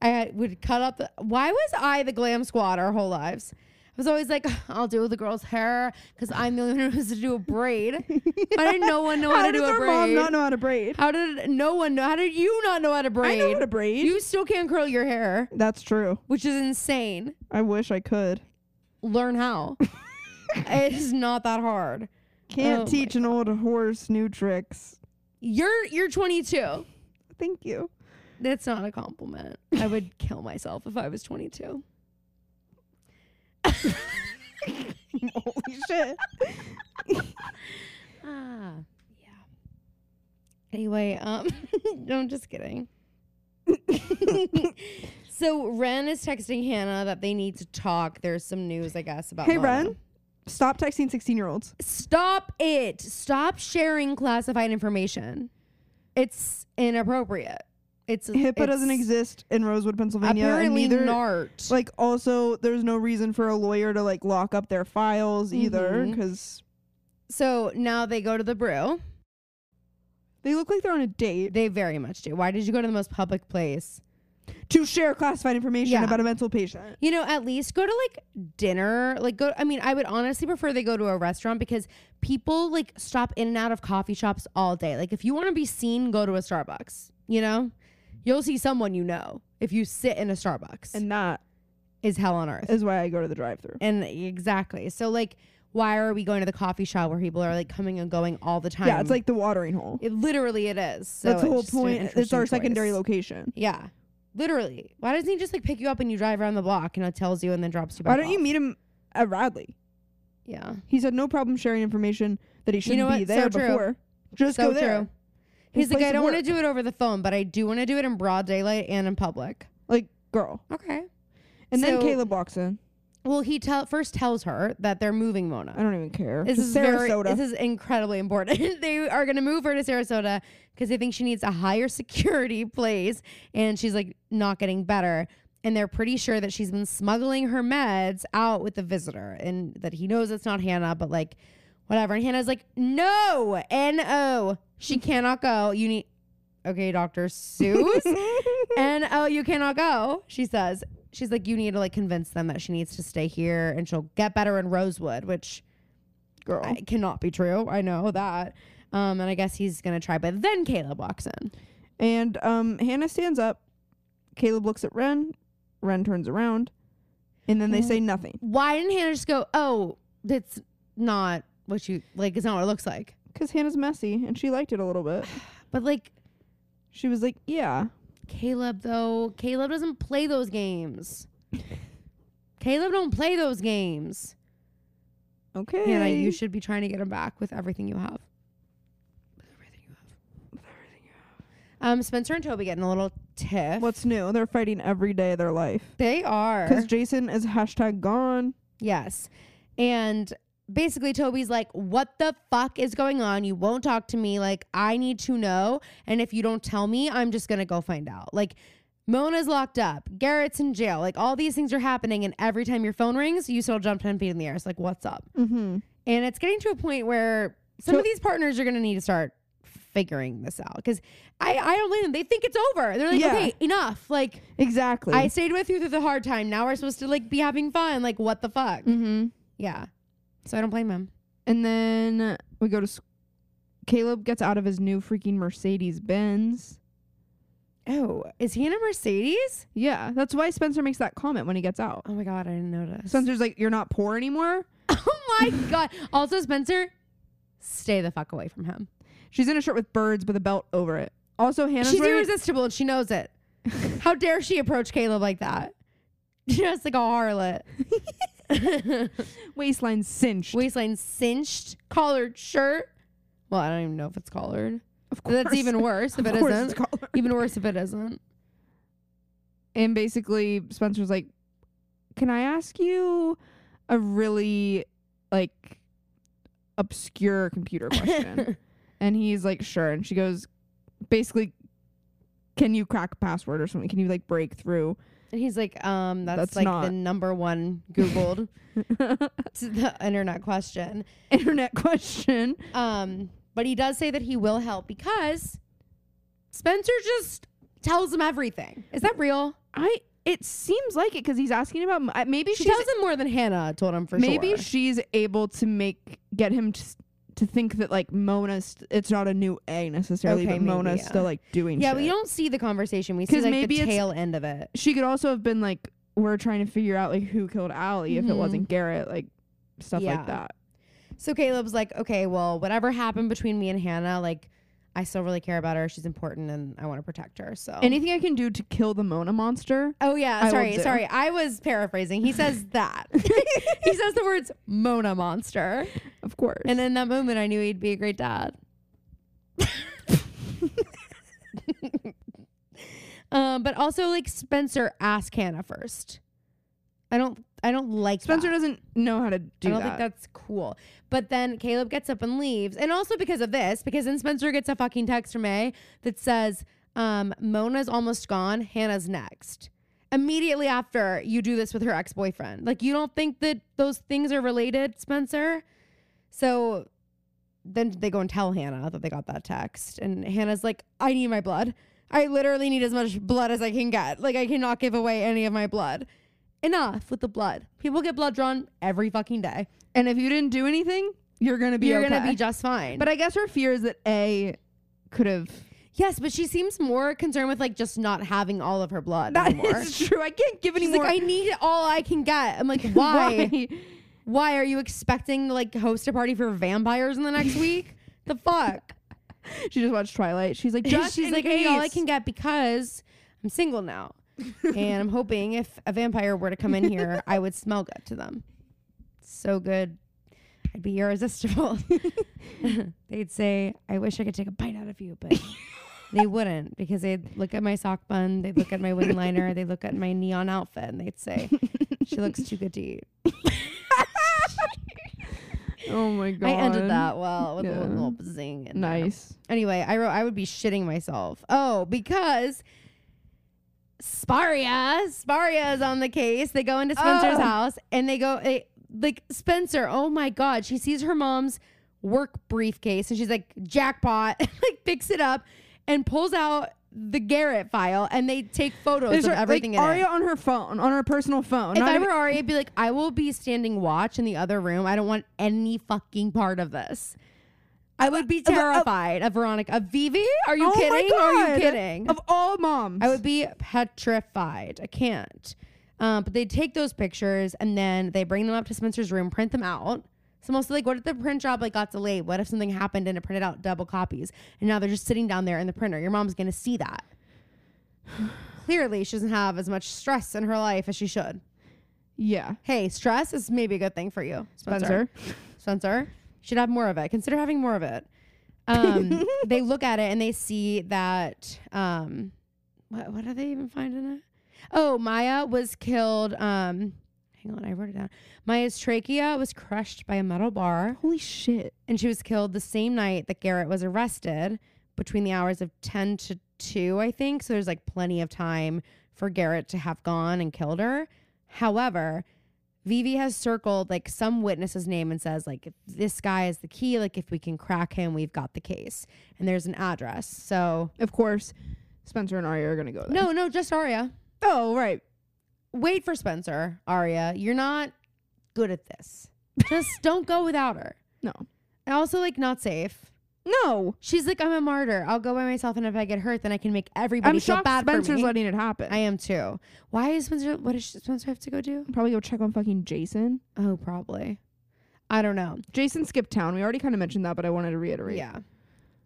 A: I had, would cut up. The, why was I the glam squad our whole lives? I was always like, I'll do the girl's hair because I'm the only one who knows to do a braid. Why did no one know how,
B: how
A: to do
B: does
A: a
B: our
A: braid?
B: mom not know how to braid?
A: how did no one know? How did you not know how to
B: I
A: braid?
B: know how to braid.
A: You still can't curl your hair,
B: That's true.
A: which is insane.
B: I wish I could.
A: Learn how. it is not that hard.
B: Can't
A: Oh my
B: teach an old horse new tricks.
A: You're you're 22.
B: Thank you.
A: That's not a compliment. I would kill myself if I was 22.
B: Ah. Holy shit.
A: Ah, yeah. Anyway, um, no, I'm just kidding. so Ren is texting Hannah that they need to talk. There's some news, I guess, about
B: Hey,
A: Lana.
B: Ren. Stop texting 16 year olds.
A: Stop it! Stop sharing classified information. It's inappropriate. It's
B: HIPAA
A: it's
B: doesn't exist in Rosewood, Pennsylvania. and
A: Apparently,
B: neither-
A: not.
B: Like, also, there's no reason for a lawyer to like lock up their files either
A: Mhm.
B: because
A: so now they go to the brew.
B: they look like they're on a date
A: They very much do. Why did you go to the most public place?
B: to share classified information
A: Yeah.
B: about a mental patient.
A: You know, at least go to like dinner. Like go I mean, I would honestly prefer they go to a restaurant because people like stop in and out of coffee shops all day. Like if you want to be seen, go to a Starbucks, you know? You'll see someone you know if you sit in a Starbucks.
B: And that
A: is hell on earth.
B: is why I go to the drive through.
A: and exactly. So like why are we going to the coffee shop where people are like coming and going all the time?
B: Yeah, it's like the watering hole.
A: it literally it is. So
B: That's the
A: it's
B: whole
A: just an
B: point. It's our
A: interesting
B: secondary
A: choice.
B: location.
A: Yeah. Literally. Why doesn't he just like pick you up and you drive around the block and it tells you and then drops you back?
B: Why don't you
A: off?
B: meet him at Radley?
A: Yeah.
B: He said no problem sharing information that he shouldn't
A: know
B: be
A: what? So
B: there
A: true.
B: before. Just
A: So
B: go there.
A: true. He's
B: His
A: like,
B: place
A: I
B: of
A: don't want to
B: work."
A: do it over the phone, but I do want to do it in broad daylight and in public.
B: Like, girl.
A: Okay.
B: And then
A: So-
B: Caleb walks in.
A: Well, he tell first tells her that they're moving Mona.
B: I don't even care.
A: This
B: To
A: is very,
B: Sarasota.
A: this is incredibly important. they are going to move her to Sarasota because they think she needs a higher security place, and she's like not getting better. And they're pretty sure that she's been smuggling her meds out with the visitor, and that he knows it's not Hannah, but like whatever. And Hannah's like, no, N O, she cannot go. You need, okay, Doctor Seuss. and oh, you cannot go. She says, she's like, you need to like convince them that she needs to stay here and she'll get better in Rosewood, which
B: girl.
A: I- cannot be true. I know that. Um, and I guess he's gonna try, but then Caleb walks in.
B: And um, Hannah stands up. Caleb looks at Ren. Ren turns around. And then they
A: Mm-hmm.
B: say nothing.
A: Why didn't Hannah just go? Oh, that's not what you like. It's not what it looks like.
B: Because Hannah's messy and she liked it a little bit.
A: But like
B: She was like, yeah.
A: Caleb, though, Caleb doesn't play those games. Caleb don't play those games.
B: Okay.
A: Hannah, you should be trying to get him back with everything you have. With everything you have. Um, Spencer and Toby getting a little tiff.
B: What's new? They're fighting every day of their life.
A: they are?
B: Because Jason is hashtag gone.
A: Yes. And basically, Toby's like, What the fuck is going on? You won't talk to me. Like, I need to know. And if you don't tell me, I'm just going to go find out. Like, Mona's locked up. Garrett's in jail. Like, all these things are happening. And every time your phone rings, you still jump 10 feet in the air. It's like, What's up?
B: Mm-hmm.
A: And it's getting to a point where some
B: So-
A: of these partners are going to need to start figuring this out because I, I don't blame them. They think it's over. They're like,
B: Yeah.
A: okay, enough. Like,
B: Exactly.
A: I stayed with you through the hard time. Now we're supposed to like be having fun. Like, what the fuck?
B: mm-hmm.
A: Yeah. So I don't blame him.
B: And then we go to s Caleb gets out of his new freaking Mercedes Benz.
A: Oh, is he in a Mercedes?
B: Yeah, that's why Spencer makes that comment when he gets out.
A: Oh my god, I didn't notice.
B: Spencer's like, "You're not poor anymore."
A: oh my god. Also, Spencer, stay the fuck away from him.
B: She's in a shirt with birds with a belt over it. Also, Hannah's
A: She's
B: wearing.
A: irresistible and she knows it. How dare she approach Caleb like that? Just like a harlot.
B: waistline cinched.
A: Waistline cinched, collared shirt. Well, I don't even know if it's collared.
B: of course.
A: That's even worse if
B: Of
A: it
B: course it's
A: isn't.
B: collared.
A: Even worse if it isn't.
B: And basically, Spencer's like, "Can I ask you a really like obscure computer question?" and he's like, "Sure." And she goes, basically, "Can you crack a password or something? Can you like break through?"
A: And he's like, um, that's,
B: That's
A: like the
B: not-
A: number one Googled to the internet question.
B: Internet question.
A: Um, but he does say that he will help because Spencer just tells him everything. Is that real?
B: I. It seems like it because he's asking about m- I- maybe
A: She
B: she's
A: tells him more than Hannah told him for
B: maybe
A: sure.
B: she's able to make get him to, s- to think that like Mona's it's not a new egg necessarily,
A: Okay,
B: but
A: maybe,
B: Mona's
A: yeah.
B: still like doing.
A: yeah,
B: shit.
A: we don't see the conversation. We see
B: 'Cause
A: like
B: maybe
A: the
B: it's-
A: tail end of it.
B: She could also have been like, we're trying to figure out like who killed Allie if it
A: Mhm.
B: wasn't Garrett, like stuff
A: Yeah.
B: like that.
A: So Caleb's like, okay, well, whatever happened between me and Hannah, like, I still really care about her. She's important, and I want to protect her. So
B: Anything I can do to kill the Mona monster.
A: Oh
B: I
A: yeah,
B: will
A: sorry,
B: do.
A: sorry. I was paraphrasing. He says that. he says the words Mona monster.
B: Of course.
A: And in that moment I knew he'd be a great dad. um, but also like Spencer asked Hannah first. I don't I don't like
B: Spencer
A: that.
B: doesn't know how to do
A: I don't think
B: that.
A: that's cool. But then Caleb gets up and leaves. And also because of this, because then Spencer gets a fucking text from A that says, um, Mona's almost gone, Hannah's next. Immediately after you do this with her ex boyfriend. Like, you don't think that those things are related, Spencer? So then they go and tell Hannah that they got that text. And Hannah's like, I need my blood. I literally need as much blood as I can get. Like, I cannot give away any of my blood. Enough with the blood. People get blood drawn every fucking day.
B: and if you didn't do anything, you're gonna be
A: You're
B: okay.
A: going to be just fine.
B: but I guess her fear is that A could have.
A: yes, but she seems more concerned with like just not having all of her blood
B: That
A: anymore.
B: is true. I can't give any
A: She's
B: more.
A: like, I need all I can get. I'm like, why? why? are you expecting to like host a party for vampires in the next week? The fuck?
B: She just watched Twilight. She's like, just
A: She's
B: in
A: like, I need all I
B: case."
A: can get because I'm single now. and I'm hoping if a vampire were to come in here, I would smell good to them. So good. I'd be irresistible. they'd say, I wish I could take a bite out of you, but they wouldn't because they'd look at my sock bun, they'd look at my wing liner, they'd look at my neon outfit, and they'd say, She looks too good to eat.
B: Oh my god.
A: I ended that well with a
B: Yeah.
A: little zing. in there.
B: Nice.
A: Anyway, I wrote I would be shitting myself. Oh, because Sparia, Sparia is on the case. They go into Spencer's
B: Oh.
A: house and they go eh, like Spencer. Oh my god, she sees her mom's work briefcase and she's like jackpot. like picks it up and pulls out the Garrett file and they take photos
B: There's
A: of
B: her- like,
A: everything in
B: Aria
A: it.
B: on her phone, on her personal phone.
A: If
B: not
A: I
B: even-
A: were Aria, I'd be like, I will be standing watch in the other room. I don't want any fucking part of this. I would be
B: uh, uh,
A: terrified of Veronica. Of Vivi? Are you
B: Oh my
A: kidding? Are
B: God.
A: you kidding?
B: of all moms,
A: I would be petrified. I can't. Um, but they take those pictures and then they bring them up to Spencer's room, print them out. So mostly like, what if the print job like got delayed? What if something happened and it printed out double copies? And now they're just sitting down there in the printer. Your mom's gonna see that. Clearly, she doesn't have as much stress in her life as she should.
B: Yeah,
A: Hey, stress is maybe a good thing for you, Spencer.
B: Spencer.
A: Spencer should have more of it. Consider having more of it. Um, they look at it and they see that. Um, what what are they even finding it? Oh, Maya was killed. Um, hang on, I wrote it down. Maya's trachea was crushed by a metal bar,
B: Holy shit.
A: and she was killed the same night that Garrett was arrested, between the hours of ten to two, I think. So there's like plenty of time for Garrett to have gone and killed her. However, Vivi has circled like some witness's name and says like this guy is the key. Like if we can crack him, we've got the case. And there's an address. So
B: Of course, Spencer and Aria are gonna go there.
A: no, no, just Aria.
B: Oh right.
A: Wait for Spencer, Aria. You're not good at this. Just don't go without her.
B: No.
A: And also like not safe.
B: No.
A: She's like I'm a martyr. I'll go by myself, and if I get hurt, then I can make everybody
B: I'm
A: feel
B: shocked
A: bad. for
B: Spencer's
A: me.
B: letting it happen.
A: I am too. Why is Spencer? What does Spencer have to go do?
B: probably go check on fucking Jason.
A: Oh, probably. I don't know.
B: Jason skipped town. We already kind of mentioned that, but I wanted to reiterate.
A: Yeah.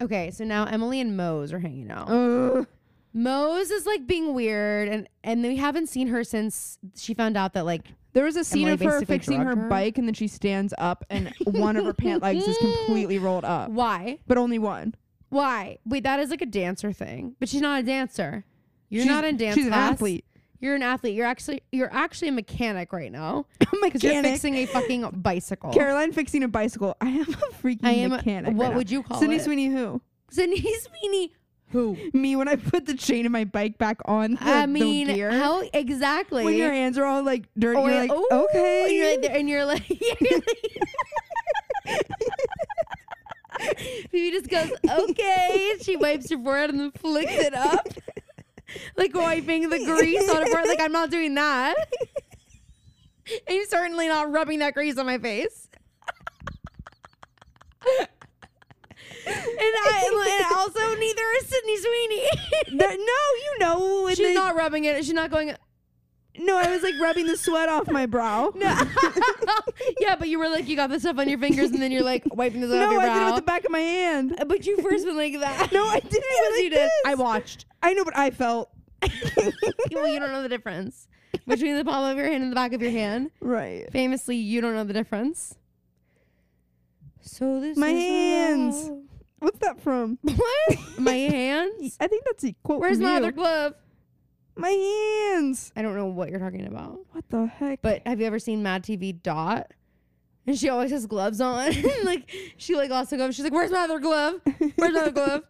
A: Okay, so now Emily and Mose are hanging out.
B: Ugh.
A: Mose is like being weird, and and we haven't seen her since she found out that like
B: There was a scene
A: Emily
B: of her
A: basically
B: fixing
A: drugged
B: her,
A: her.
B: bike, and then she stands up, and one of her pant legs is completely rolled up,
A: why
B: but only one.
A: why wait that is like a dancer thing, but she's not a dancer. You're
B: She's-
A: not in dance
B: She's
A: class.
B: an athlete.
A: You're an athlete. You're actually you're actually a mechanic right now because you're
B: mechanic.
A: fixing a fucking bicycle.
B: Caroline fixing a bicycle. I am a freaking
A: I am. a-
B: mechanic.
A: what
B: right
A: would you
B: now.
A: call
B: Sydney
A: it?
B: Sweeney? Who?
A: Sydney Sweeney. Who?
B: Me when I put the chain of my bike back on. The,
A: I
B: the
A: mean,
B: gear.
A: how exactly?
B: when your hands are all like dirty,
A: Or-
B: you're like,
A: ooh,
B: okay.
A: Oh, and you're like, there- and you're like, you're like- Phoebe just goes, okay. She wipes her forehead and then flicks it up, like wiping the grease on her forehead. Like I'm not doing that. I'm certainly not rubbing that grease on my face. and, I, and also neither is Sydney Sweeney.
B: That- no, you know. when
A: She's
B: they-
A: not rubbing it. She's not going.
B: No, I was like rubbing the sweat off my brow.
A: No. yeah, but you were like, you got the stuff on your fingers, and then you're like wiping this off
B: No,
A: your
B: I did it
A: brow.
B: with the back of my hand.
A: but you first went like that.
B: No, I did it
A: Yes,
B: like
A: you did. I
B: this.
A: watched.
B: I know, but I felt
A: well, you don't know the difference between the palm of your hand and the back of your hand.
B: right.
A: Famously, you don't know the difference. So this
B: My
A: is
B: hands.
A: love.
B: What's that from?
A: What? My hands.
B: I think that's a quote.
A: Where's
B: from
A: my
B: you.
A: other glove?
B: My hands.
A: I don't know what you're talking about.
B: What the heck?
A: But have you ever seen Mad TV Dot? And she always has gloves on. like she like lost a glove. She's like, "Where's my other glove? Where's my other glove?"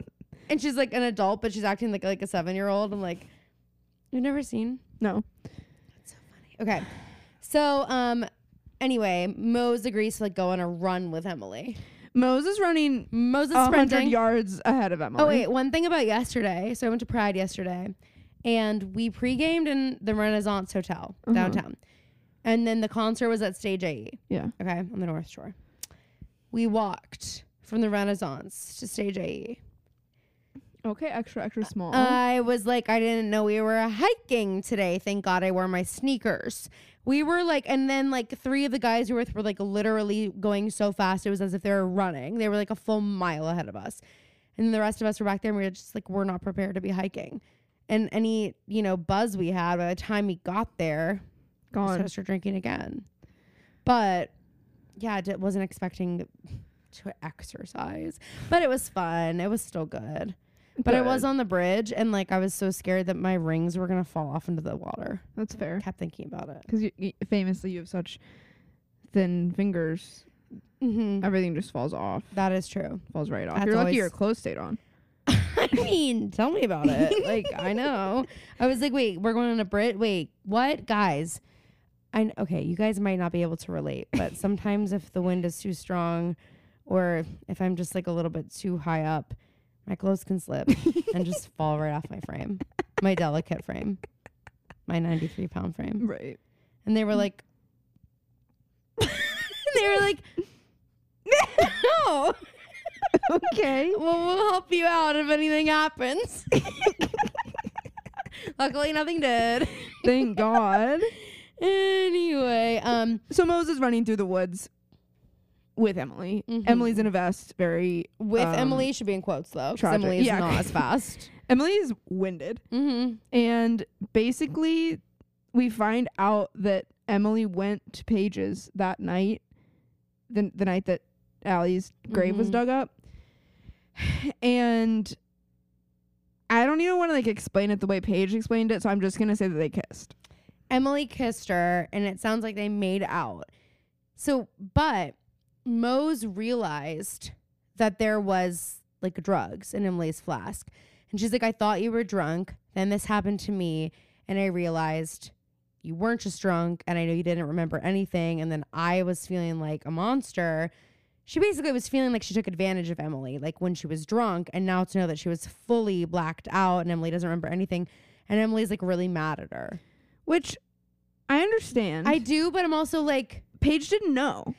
A: And she's like an adult, but she's acting like like a seven year old. I'm like, you've never seen.
B: no.
A: Okay, so um, anyway, Mose agrees to like go on a run with Emily.
B: Mose is running
A: Mose is
B: a hundred
A: sprinting.
B: yards ahead of Emily.
A: Oh wait, one thing about yesterday. So I went to Pride yesterday, and we pre-gamed in the Renaissance Hotel
B: Uh-huh.
A: downtown, and then the concert was at Stage AE.
B: Yeah.
A: Okay, on the North Shore. We walked from the Renaissance to Stage AE.
B: Okay. Extra, extra small.
A: I was like, I didn't know we were hiking today. Thank God I wore my sneakers. We were like, and then like three of the guys we were with were like literally going so fast. It was as if they were running. They were like a full mile ahead of us. And the rest of us were back there and we were just like, we're not prepared to be hiking. And any, you know, buzz we had by the time we got there,
B: Gone.
A: so start drinking again. But yeah, I d- wasn't expecting to exercise, but it was fun. It was still good. But I was
B: Good.
A: on the bridge and like I was so scared that my rings were gonna fall off into the water.
B: That's
A: I
B: fair.
A: kept thinking about it.
B: Because you, you, famously, you have such thin fingers.
A: Mhm.
B: Everything just falls off.
A: That is true.
B: Falls right off.
A: That's
B: You're lucky
A: always-
B: your clothes stayed on.
A: I mean, tell me about it. Like I know. I was like, wait, we're going on a bridge. Wait, what, guys? I kn- okay. You guys might not be able to relate, but sometimes if the wind is too strong, or if I'm just like a little bit too high up, my clothes can slip and just fall right off my frame, my delicate frame, my 93 pound frame.
B: Right.
A: And they were like, they were like, no.
B: okay.
A: Well, we'll help you out if anything happens. Luckily, nothing did.
B: Thank God.
A: Anyway, um,
B: So Mose is running through the woods with Emily.
A: Mhm.
B: Emily's in a vest. Very.
A: with
B: Um,
A: Emily should be in quotes though, Oh, 'cause
B: tragic.
A: Emily is
B: Yeah.
A: not as fast.
B: Emily is winded,
A: Mm-hmm.
B: and basically, we find out that Emily went to Pages that night, the the night that Allie's grave was
A: Mhm.
B: dug up, and. I don't even want to like explain it the way Paige explained it, so I'm just gonna say that they kissed.
A: Emily kissed her, and it sounds like they made out. So, but Mose realized that there was like drugs in Emily's flask. And she's like, I thought you were drunk. Then this happened to me. And I realized you weren't just drunk. And I know you didn't remember anything. And then I was feeling like a monster. She basically was feeling like she took advantage of Emily, like when she was drunk. And now to know that she was fully blacked out and Emily doesn't remember anything. And Emily's like really mad at her.
B: Which I understand.
A: I do, but I'm also like,
B: Paige didn't know.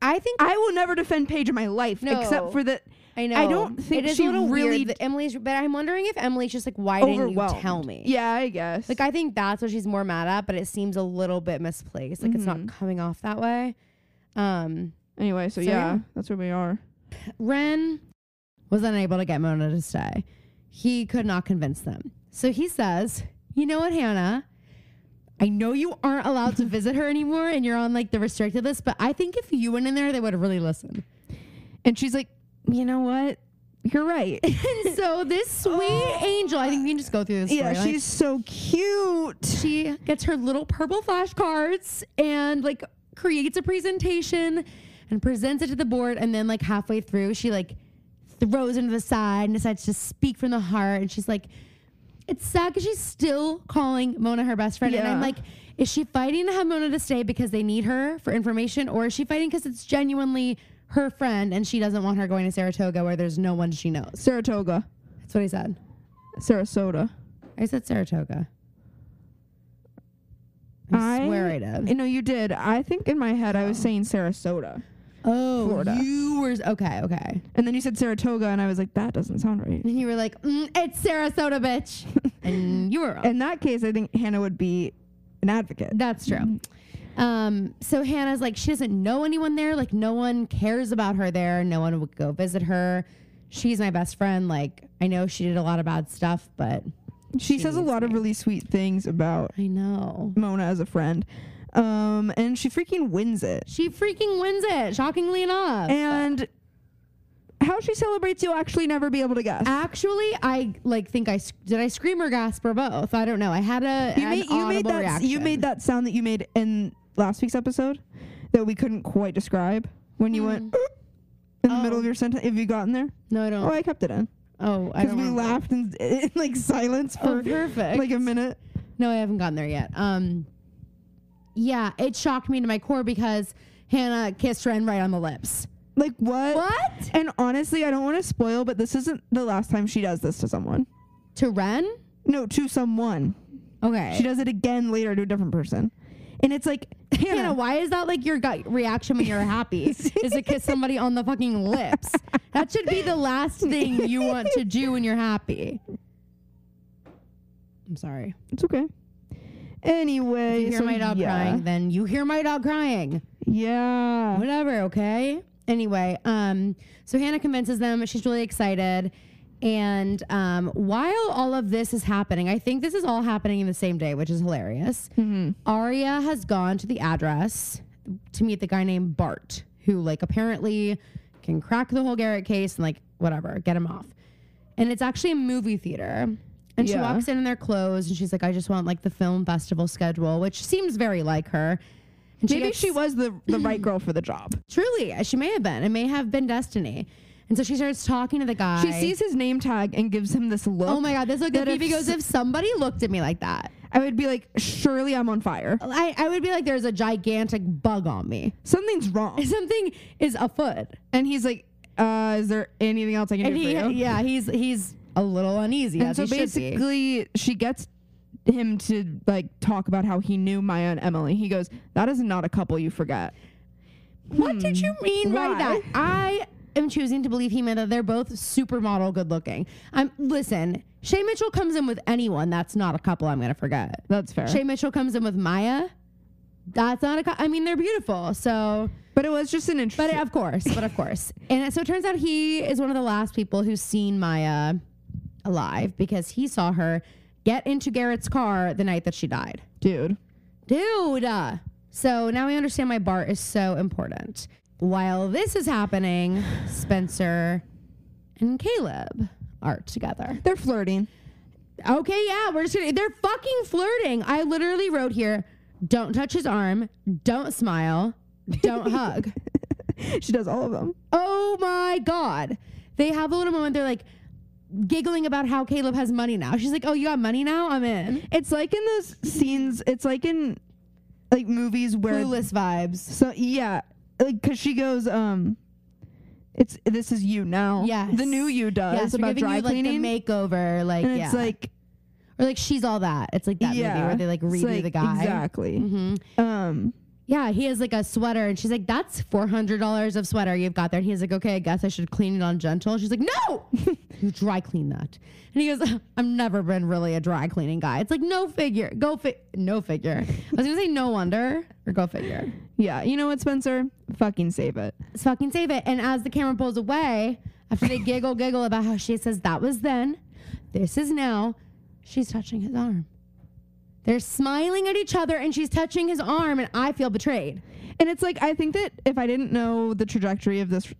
A: I think
B: I will never defend Paige in my life,
A: No.
B: except for that
A: I know.
B: I don't think
A: it is
B: she
A: a little
B: really
A: weird that Emily's, but I'm wondering if Emily's just like, why didn't you
B: overwhelmed.
A: tell me?
B: Yeah, I guess.
A: Like I think that's what she's more
B: Mm-hmm.
A: mad at, but it seems a little bit misplaced. Like it's not
B: Mhm.
A: coming off that way. Um,
B: Anyway, so,
A: So,
B: yeah,
A: yeah.
B: that's where we are.
A: Ren was unable to get Mona to stay. He could not convince them. So he says, You know what, Hannah? I know you aren't allowed to visit her anymore and you're on like the restricted list, but I think if you went in there, they would have really listened.
B: And she's like, you know what? You're right.
A: And so this sweet angel, I think we can just go through this.
B: Oh. yeah,
A: storyline.
B: she's so cute.
A: she gets her little purple flashcards and like creates a presentation and presents it to the board and then like halfway through she like throws into the side and decides to speak from the heart and she's like it's sad because she's still calling Mona her best friend. And I'm
B: Yeah.
A: like, is she fighting to have Mona to stay because they need her for information, or is she fighting because it's genuinely her friend and she doesn't want her going to Saratoga where there's no one she knows?
B: Saratoga,
A: That's what I said.
B: Sarasota.
A: I said Saratoga. I
B: I-
A: swear I did.
B: You know, you did. I think in my head I was saying Sarasota,
A: Oh,
B: Florida.
A: you were okay, okay.
B: and then you said Saratoga, and I was like, that doesn't sound right.
A: And you were like, mm, "It's Sarasota, bitch," and you were wrong.
B: In that case, I think Hannah would be an advocate.
A: That's true. Um, so Hannah's like, she doesn't know anyone there. Like, no one cares about her there. No one would go visit her. She's my best friend. Like, I know she did a lot of bad stuff, but
B: She, says a
A: needs
B: lot of
A: me.
B: really sweet things about
A: I know
B: Mona as a friend, um, and she freaking wins it.
A: she freaking wins it. Shockingly enough,
B: And how she celebrates, you'll actually never be able to guess.
A: Actually, I like think I s- did I scream or gasp or both. I don't know. I had a
B: you
A: an
B: made you made
A: audible
B: that
A: reaction.
B: you made that sound that you made in last week's episode that we couldn't quite describe when you went "Uh," in the middle
A: Mm. Oh.
B: of your sentence. Have you gotten there?
A: no, I don't.
B: Oh, I kept it in
A: oh, I
B: because
A: don't.
B: we
A: remember.
B: laughed in, in like silence
A: Oh,
B: for
A: perfect.
B: like a minute.
A: No, I haven't gotten there yet. Um, yeah, it shocked me to my core because Hannah kissed Ren right on the lips.
B: Like what?
A: What?
B: And honestly, I don't want to spoil, but this isn't the last time she does this to someone.
A: To Ren?
B: No, to someone.
A: Okay.
B: She does it again later to a different person, and it's like Hannah.
A: Hannah, why is that like your gut reaction when you're happy? is to kiss somebody on the fucking lips. That should be the last thing you want to do when you're happy. I'm sorry.
B: it's okay. Anyway,
A: If you hear
B: so
A: my dog
B: yeah.
A: crying, then you hear my dog crying.
B: Yeah.
A: whatever okay anyway um so hannah convinces them she's really excited and um while all of this is happening i think this is all happening in the same day which is hilarious
B: Mm-hmm.
A: aria has gone to the address to meet the guy named bart who like apparently can crack the whole garrett case and like whatever get him off and it's actually a movie theater and she
B: Yeah.
A: walks in in their clothes and she's like i just want like the film festival schedule which seems very like her and
B: Maybe
A: gets-
B: she was the the right girl for the job.
A: Truly, she may have been. It may have been destiny. And so she starts talking to the guy.
B: She sees his name tag and gives him this look.
A: Oh my god, this look at
B: that if
A: Phoebe goes,
B: s-
A: if somebody looked at me like that,
B: I would be like, surely I'm on fire.
A: I, I would be like, there's a gigantic bug on me.
B: Something's wrong.
A: Something is afoot.
B: And he's like, uh, is there anything else I can
A: And
B: do
A: he
B: for you?
A: yeah, he's he's a little uneasy.
B: And
A: as
B: so
A: he should be.
B: basically, she gets him to like talk about how he knew Maya and Emily. He goes, that is not a couple you forget.
A: What did you mean by
B: Why?
A: that? I am choosing to believe he meant that they're both supermodel good looking. I'm listen, Shay Mitchell comes in with anyone, that's not a couple I'm gonna forget.
B: That's fair.
A: Shay Mitchell comes in with Maya. That's not a. co- I mean, they're beautiful. So,
B: but it was just an interesting.
A: but of course, but of course. And so it turns out he is one of the last people who's seen Maya alive because he saw her get into Garrett's car the night that she died.
B: dude.
A: Dude. uh, So now we understand why Bart is so important. While this is happening, Spencer and Caleb are together.
B: They're flirting.
A: Okay, yeah, we're just gonna, they're fucking flirting. I literally wrote here, don't touch his arm, don't smile, don't hug.
B: She does all of them.
A: Oh my God. They have a little moment, they're like giggling about how Caleb has money now. She's like, oh, you got money now? I'm in.
B: It's like in those scenes, it's like in like movies where
A: Clueless vibes.
B: So yeah, like because she goes, um, it's this is you now.
A: Yes.
B: the new you does
A: Yes, we're
B: about
A: giving
B: dry
A: you like
B: cleaning.
A: the makeover, like
B: and
A: yeah,
B: it's like
A: or like she's all that. It's like that movie
B: yeah,
A: where they like
B: it's
A: redo the guy.
B: exactly.
A: Mhm.
B: Um,
A: Yeah, he has like a sweater, and she's like, "That's four hundred dollars of sweater you've got there." And he's like, "Okay, I guess I should clean it on gentle." She's like, "No, you dry clean that." And he goes, "I've never been really a dry cleaning guy." It's like no figure, go fi- no figure. I was gonna say no wonder or go figure.
B: Yeah, you know what, Spencer? Fucking save it.
A: Let's fucking save it. And as the camera pulls away, after they giggle, giggle about how she says that was then, this is now, she's touching his arm. They're smiling at each other and she's touching his arm, and I feel betrayed.
B: And it's like I think that if I didn't know the trajectory of this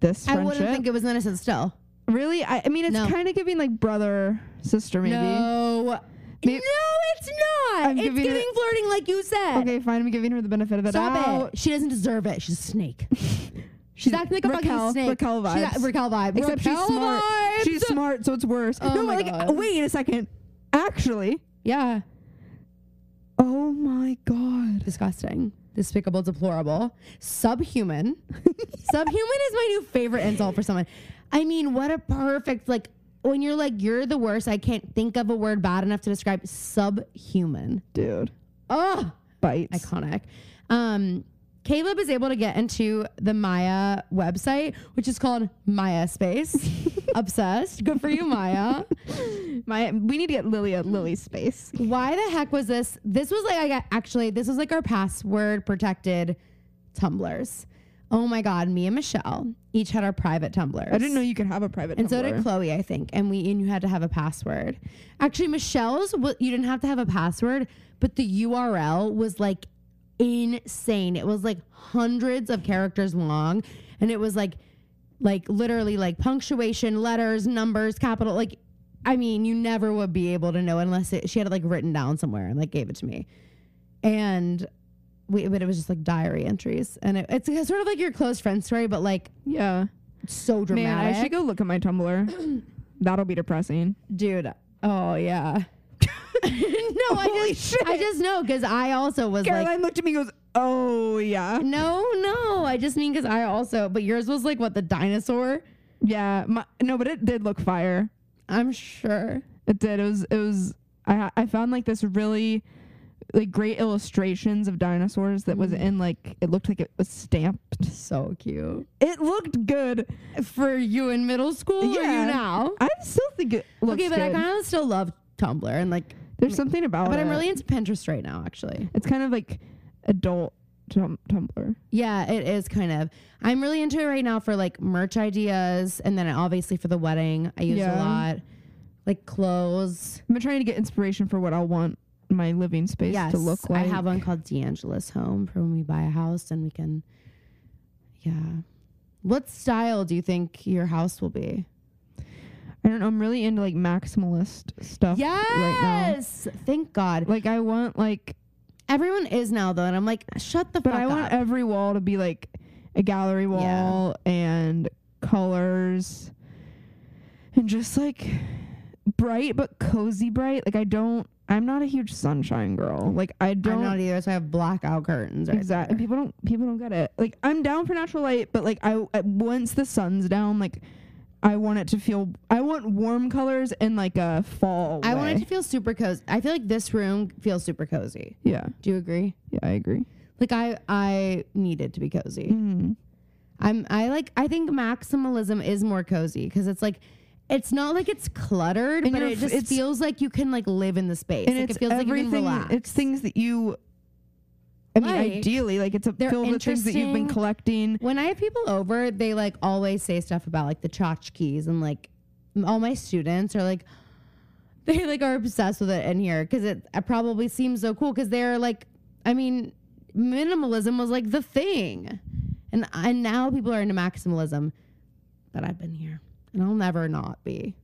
B: this
A: I
B: friendship,
A: wouldn't think it was innocent still.
B: really, I, I mean, it's
A: No.
B: kind of giving like brother sister maybe.
A: No.
B: May-
A: no, it's not.
B: I'm
A: it's
B: giving
A: getting
B: it-
A: flirting like you said.
B: Okay, fine. I'm giving her the benefit of the
A: Stop
B: doubt.
A: it. She doesn't deserve it. She's a snake. She's
B: She's-
A: acting like a
B: Raquel-
A: fucking snake.
B: Raquel
A: She's a-
B: vibes.
A: Raquel vibe.
B: Except
A: Raquel
B: she's smart.
A: vibes.
B: She's smart, so it's worse.
A: Oh
B: no,
A: my
B: but like,
A: God.
B: wait a second. Actually,
A: Yeah.
B: oh my god.
A: Disgusting. Despicable, deplorable. Subhuman. Subhuman is my new favorite insult for someone. I mean, what a perfect, like, when you're like, you're the worst, I can't think of a word bad enough to describe subhuman.
B: Dude,
A: Ugh.
B: bites.
A: iconic. Um, Caleb is able to get into the Maya website, which is called Maya Space. Obsessed. Good for you, Maya.
B: My, we need to get Lily
A: uh,
B: a Lily space.
A: Why the heck was this? This was like I got, actually this was like our password protected tumblers. Oh my god, me and Michelle each had our private tumblers.
B: I didn't know you could have a private.
A: And so
B: Tumblr.
A: did Chloe, I think. And we and you had to have a password. Actually, Michelle's wa- you didn't have to have a password, but the URL was like insane. It was like hundreds of characters long, and it was like like literally like punctuation, letters, numbers, capital. Like, I mean, you never would be able to know unless it, she had it like written down somewhere and like gave it to me. And we, but it was just like diary entries, and it, it's sort of like your close friend story, but like
B: Yeah.
A: so dramatic
B: Man, I should go look at my Tumblr. That'll be depressing.
A: dude. Oh yeah. no, I
B: Holy
A: just
B: shit.
A: I just know because I also was
B: Caroline
A: like,
B: looked at me and goes, Oh, yeah.
A: no, no. I just mean because I also, but yours was like what the dinosaur.
B: Yeah. My, no, but it did look fire.
A: I'm sure.
B: It did. It was, it was, I, ha- I found like this really, like great illustrations of dinosaurs that was in like, it looked like it was stamped.
A: So cute
B: It looked good.
A: for you in middle school or
B: Yeah.
A: you now?
B: I still think it looks
A: okay, but I
B: good. Oh,
A: kind of still love Tumblr and like,
B: There's something about it.
A: but I'm really into Pinterest right now. Actually,
B: it's kind of like adult tum- Tumblr.
A: yeah, it is kind of. I'm really into it right now for like merch ideas, and then obviously for the wedding, I use
B: Yeah.
A: a lot, like clothes.
B: I've been trying to get inspiration for what I'll want my living space
A: yes,
B: to look like.
A: I have one called D'Angela's Home for when we buy a house and we can, yeah. What style do you think your house will be?
B: I don't know. I'm really into like maximalist stuff right now.
A: thank God.
B: Like I want like,
A: Everyone is now though, and I'm like, shut the
B: but
A: fuck
B: I want
A: up.
B: every wall to be like a gallery wall and colors, and just like bright but cozy bright. Like I don't. I'm not a huge sunshine girl. Like I
A: I'm
B: don't.
A: not either, so I have blackout curtains. Right
B: Exactly.
A: there.
B: People don't. People don't get it. Like I'm down for natural light, but like I, I once the sun's down, like I want it to feel. I want warm colors and like a fall.
A: I want it
B: way.
A: to feel super cozy. I feel like this room feels super cozy.
B: Yeah.
A: Do you agree?
B: Yeah, I agree.
A: Like I, I need it to be cozy.
B: Mm.
A: I'm I like I think maximalism is more cozy because it's like it's not like it's cluttered,
B: And
A: but
B: you're
A: it
B: f-
A: just
B: it's-
A: feels like you can like live in the space.
B: And
A: like
B: it's
A: it feels like you can
B: everything.
A: relax.
B: it's things that you. I mean,
A: Like,
B: ideally, like it's a
A: they're
B: filled with things that you've been
A: interesting.
B: collecting.
A: when I have people over, they like always say stuff about like the tchotchkes and like all my students are like they like are obsessed with it in here because it, it probably seems so cool because they're like I mean minimalism was like the thing, and and now people are into maximalism, but I've been here and I'll never not be.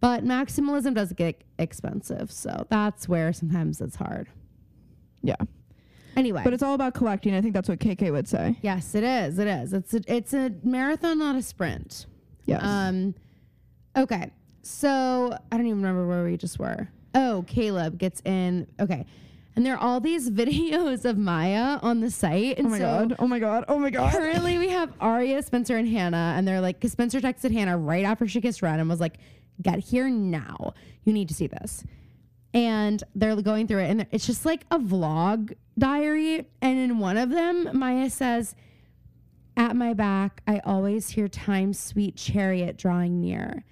A: But maximalism does get expensive, so that's where sometimes it's hard.
B: Yeah,
A: Anyway,
B: but it's all about collecting. I think that's what KK would say.
A: Yes, it is. It is. It's a, it's a marathon, not a sprint.
B: Yes.
A: Um, okay. So I don't even remember where we just were. Oh, Caleb gets in. Okay. And there are all these videos of Maya on the site. And
B: oh my
A: so
B: god. Oh my god. Oh my god.
A: currently we have Aria, Spencer, and Hannah. And they're like, because Spencer texted Hannah right after she kissed Ren and was like, get here now. You need to see this. And they're going through it. And it's just like a vlog diary. And in one of them, Maya says, at my back, I always hear time's sweet chariot drawing near.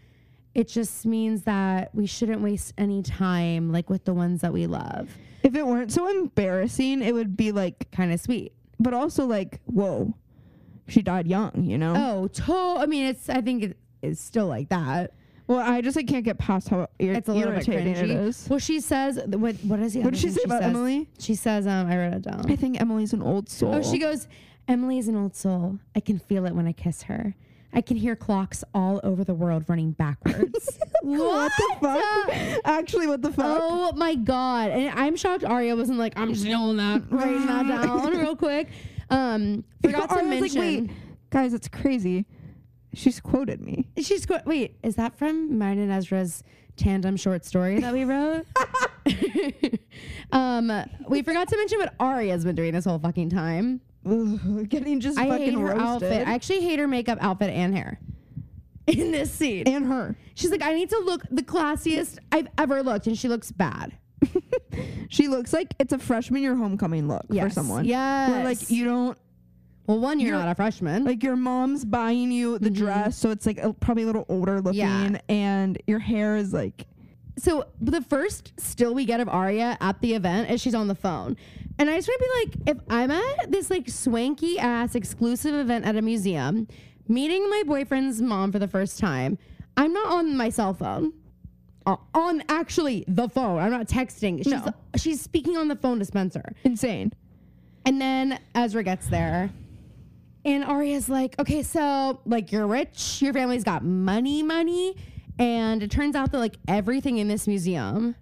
A: it just means that we shouldn't waste any time like with the ones that we love.
B: If it weren't so embarrassing, it would be like,
A: Kind of sweet.
B: but also like, whoa, she died young, you know?
A: Oh, to I mean, it's. I think it is still like that.
B: Well, I just like can't get past how ir-
A: It's a little bit
B: irritating it
A: cringy.
B: is.
A: Well, she says. What? What is the?
B: What
A: other
B: did she
A: thing
B: say about
A: says?
B: Emily?
A: She says. Um, I wrote it down.
B: I think Emily's an old soul.
A: Oh, she goes, Emily is an old soul. I can feel it when I kiss her. I can hear clocks all over the world running backwards.
B: what the fuck? Actually, what the fuck?
A: oh my god. And I'm shocked Aria wasn't like, I'm just yelling that, writing that down real quick. Um forgot to
B: I was like,
A: mention
B: wait, guys, it's crazy. She's quoted me.
A: she's qu- wait, is that from mine and Ezra's tandem short story that we wrote? um we forgot to mention what Aria's been doing this whole fucking time.
B: Ugh, getting just
A: I
B: fucking
A: hate her
B: roasted.
A: outfit. I actually hate her makeup outfit and hair. In this scene.
B: and her.
A: She's like, I need to look the classiest I've ever looked, and she looks bad.
B: She looks like it's a freshman year homecoming look for
A: Yes.
B: someone. Where,
A: Yes.
B: like you don't
A: Well, one, you're,
B: You're-
A: not a freshman.
B: like your mom's buying you
A: Mm-hmm.
B: the dress, so it's like a, probably a little older looking, and your hair is like
A: so the first still we get of Aria at the event is she's on the phone, and I just want to be like, if I'm at this like swanky ass exclusive event at a museum, meeting my boyfriend's mom for the first time, I'm not on my cell phone. Uh, on actually the phone. I'm not texting. She's,
B: No.
A: she's speaking on the phone to Spencer.
B: insane.
A: And then Ezra gets there. And Arya's like, okay, so like you're rich, your family's got money, money. And it turns out that like everything in this museum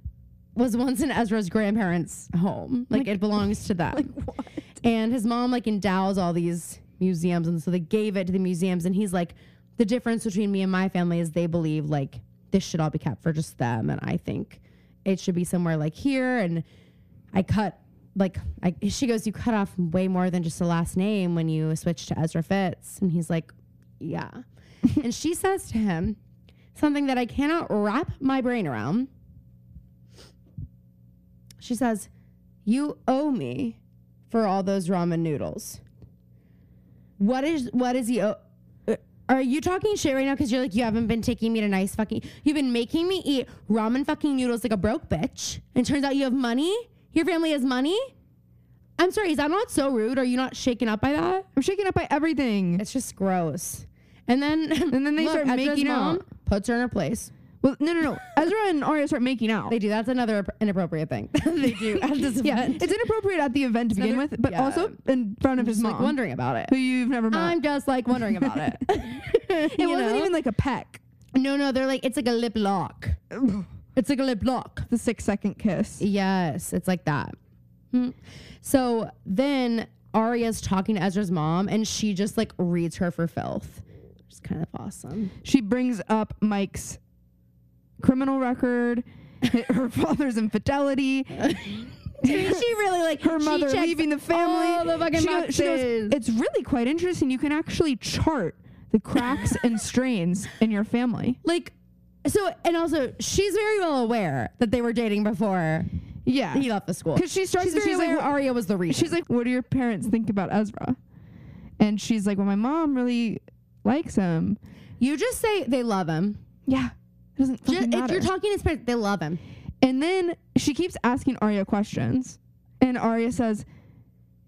A: was once in Ezra's grandparents' home. Like, it belongs to them. And his mom like endows all these museums. And so they gave it to the museums. And he's like, the difference between me and my family is they believe like this should all be kept for just them. And I think it should be somewhere like here. And I cut like I, she goes, you cut off way more than just the last name when you switch to Ezra Fitz, and he's like, yeah. and she says to him something that I cannot wrap my brain around. She says, "You owe me for all those ramen noodles." What is what is he? owe- uh, Are you talking shit right now? Because you're like you haven't been taking me to nice fucking. You've been making me eat ramen fucking noodles like a broke bitch. And turns out you have money. Your family has money. I'm sorry. Is that not so rude? Are you not shaken up by that?
B: I'm shaken up by everything.
A: It's just gross. And then
B: And then they
A: look,
B: start
A: Ezra's
B: making
A: mom
B: out.
A: Puts her in her place.
B: Well, no, no, no. Ezra and Arya start making out.
A: They do. That's another inappropriate thing they do at this
B: yeah,
A: event.
B: it's inappropriate at the event to begin
A: another-
B: with, but
A: yeah.
B: also in front of his
A: just
B: mom,
A: like wondering about it.
B: who you've never met.
A: I'm just like wondering about it.
B: it wasn't even like a peck.
A: No, no, they're like it's like a lip lock. It's like a lip lock.
B: the six second kiss.
A: Yes, it's like that. Hmm. So then Arya's talking to Ezra's mom, and she just like reads her for filth. It's kind of awesome.
B: She brings up Mike's criminal record, her father's infidelity,
A: she really like
B: her mother leaving the family.
A: All the fucking
B: she, goes, she goes,
A: boxes.
B: It's really quite interesting. You can actually chart the cracks and strains in your family.
A: like so, and also she's very well aware that they were dating before
B: Yeah.
A: he left the school.
B: 'Cause she starts-
A: She's very
B: she's like,
A: aware
B: "Wh-
A: Arya was the reason.
B: She's like, What do your parents think about Ezra? And she's like, Well, my mom really likes him.
A: you just say they love him.
B: Yeah. It doesn't
A: Ju-
B: fucking
A: if
B: matter.
A: you're talking to his parents, they love him.
B: and then she keeps asking Arya questions. And Arya says,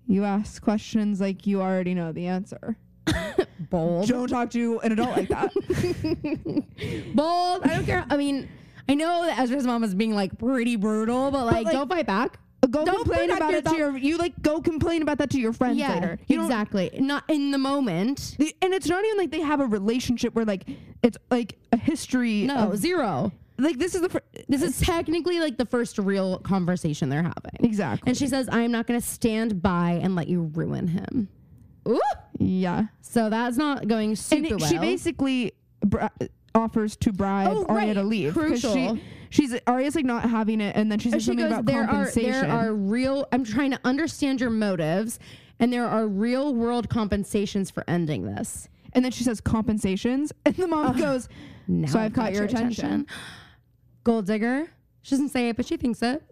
B: You ask questions like you already know the answer.
A: Bold.
B: Don't talk to an adult like that.
A: bold. I don't care. I mean, I know that Ezra's mom is being like pretty brutal, but like,
B: like,
A: don't fight back.
B: go
A: Don't
B: complain
A: protect
B: about it to your you like go complain about that to your friends later. You don't-
A: exactly. Not in the moment.
B: The- and it's not even like they have a relationship where like it's like a history.
A: No,
B: of,
A: zero.
B: like this is the fir-
A: This is technically like the first real conversation they're having.
B: exactly.
A: And she says, I am not going to stand by and let you ruin him. Ooh.
B: yeah,
A: So that's not going
B: and
A: super
B: it-
A: well.
B: she basically bri- offers to bribe
A: Oh,
B: Arya
A: right.
B: to leave. 'cause
A: Crucial.
B: She, she's Arya's like not having it, and then she
A: And
B: says
A: she
B: something
A: goes,
B: about
A: there are,
B: compensation.
A: there are real, I'm trying to understand your motives, and there are real world compensations for ending this.
B: and then she says compensations, and the mom goes,
A: Now
B: "So I've
A: got
B: caught your attention."
A: Gold digger. She doesn't say it, but she thinks it.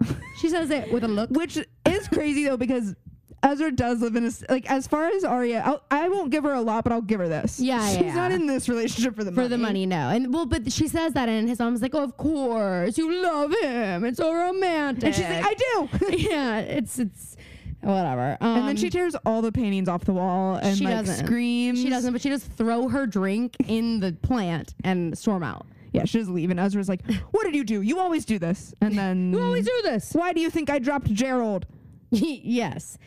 A: She says it with a look.
B: which is crazy though because Ezra does live in a s- like as far as Arya, I'll, I won't give her a lot, but I'll give her this.
A: Yeah, yeah,
B: she's not
A: yeah.
B: in this relationship for the
A: for
B: money.
A: the money, no. And well, but she says that, and his mom's like, "Oh, of course, you love him. It's so romantic."
B: and she's like, I do.
A: "Yeah, it's it's whatever."
B: and then
A: Um,
B: she tears all the paintings off the wall and
A: she
B: like
A: doesn't.
B: screams.
A: Um, she doesn't, but she does throw her drink in the plant and storm out.
B: Yeah, she doesn't leave. And Ezra's like, "What did you do? You always do this." And then
A: You always do this.
B: Why do you think I dropped Gerald?
A: yes.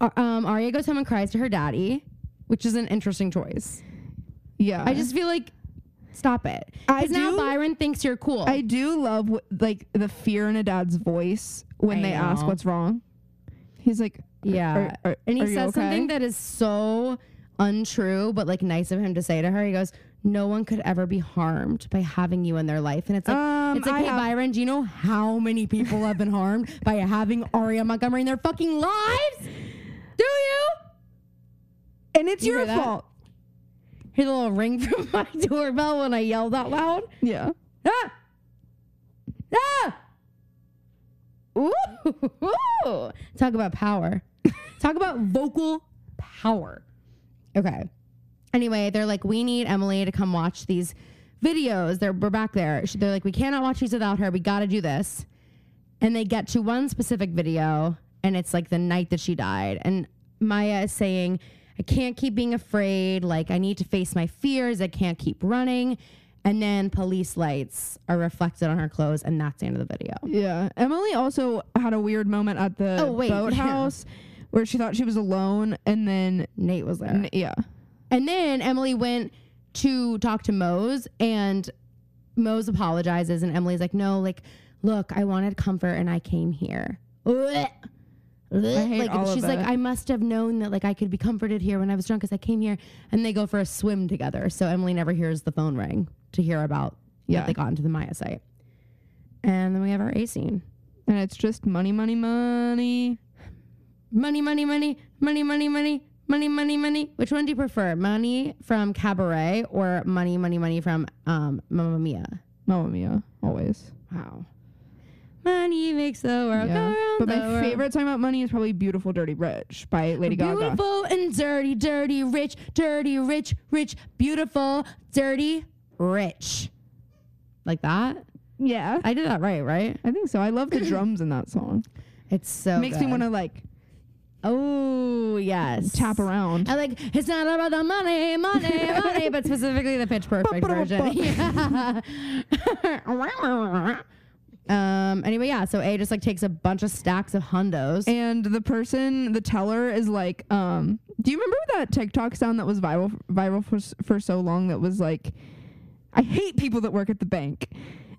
A: Ar- Um, Arya goes home and cries to her daddy, which is an interesting choice.
B: Yeah,
A: I just feel like, stop it.
B: I
A: Because now
B: do-
A: Byron thinks you're cool.
B: I do love wh- like the fear in a dad's voice when
A: I
B: they ask
A: know.
B: what's wrong. He's like,
A: Yeah.
B: Are- are-
A: and he
B: are you
A: says something
B: okay?
A: that is so untrue, but like nice of him to say to her. He goes, No one could ever be harmed by having you in their life. And it's like,
B: Um,
A: it's like,
B: I
A: hey,
B: have-
A: Byron, do you know how many people have been harmed by having Aria Montgomery in their fucking lives? Do you?
B: and it's
A: You
B: your
A: hear that?
B: fault.
A: Hear the little ring from my doorbell when I yell that loud?
B: Yeah.
A: Ah! Ah! Ooh! Talk about power. Talk about vocal power. Okay. Anyway, they're like, we need Emily to come watch these videos. They're we're back there. She- They're like, we cannot watch these without her. We got to do this. And they get to one specific video, and it's like the night that she died. And Maya is saying, I can't keep being afraid. Like, I need to face my fears. I can't keep running. And then police lights are reflected on her clothes, and that's the end of the video.
B: Yeah. Emily also had a weird moment at the
A: Oh, wait, yeah.
B: boathouse where she thought she was alone and then
A: Nate was there.
B: n- yeah.
A: And then Emily went to talk to Mose, and Mose apologizes, and Emily's like, "No, like, look, I wanted comfort, and I came here." Blech.
B: hate
A: Like
B: all of
A: she's like,
B: it.
A: I must have known that like I could be comforted here when I was drunk as I came here, and they go for a swim together. So Emily never hears the phone ring to hear about
B: Yeah.
A: that they got into the Maya site, and then we have our A scene.
B: And it's just money, money, money.
A: Money, money, money, money, money, money, money, money, money. Which one do you prefer? Money from Cabaret or money, money, money from um, Mamma Mia?
B: Mamma mia. Always.
A: Wow. Money makes the world go
B: Yeah.
A: round.
B: But
A: the
B: my
A: world.
B: favorite song about money is probably Beautiful Dirty Rich by Lady Gaga.
A: Beautiful and dirty, dirty, rich, dirty, rich, rich, beautiful, dirty, rich. Like that?
B: Yeah.
A: I did that right, right?
B: I think so. I love the drums in that song.
A: It's so
B: Makes me want to like
A: Oh yes.
B: tap around.
A: I like it's not about the money, money, money, but specifically the pitch perfect version. Yeah. um. Anyway, yeah. So A just like takes a bunch of stacks of hundos.
B: And the person, the teller, is like, um, do you remember that TikTok sound that was viral viral for, s- for so long that was like, I hate people that work at the bank.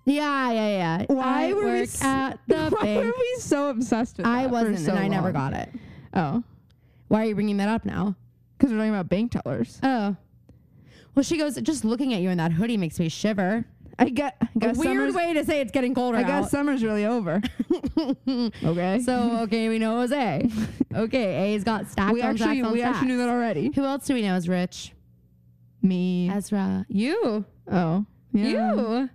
A: yeah, yeah, yeah.
B: Why
A: I
B: were we
A: work
B: s-
A: at the
B: Why
A: bank?
B: were we so obsessed with that?
A: I
B: for
A: wasn't,
B: so
A: and I never
B: long?
A: got it.
B: Oh,
A: Why are you bringing that up now?
B: because we're talking about bank tellers.
A: Oh. Well, she goes. Just looking at you in that hoodie makes me shiver.
B: I get. I
A: A
B: guess
A: weird
B: summer's,
A: way to say it's getting colder
B: I guess
A: out.
B: summer's really over. okay.
A: So okay, we know it was A. Okay, A's got stacks
B: we
A: on
B: actually
A: stacks on
B: we
A: stacks.
B: actually knew that already.
A: Who else do we know is rich?
B: Me.
A: Ezra. You.
B: oh. Yeah.
A: You.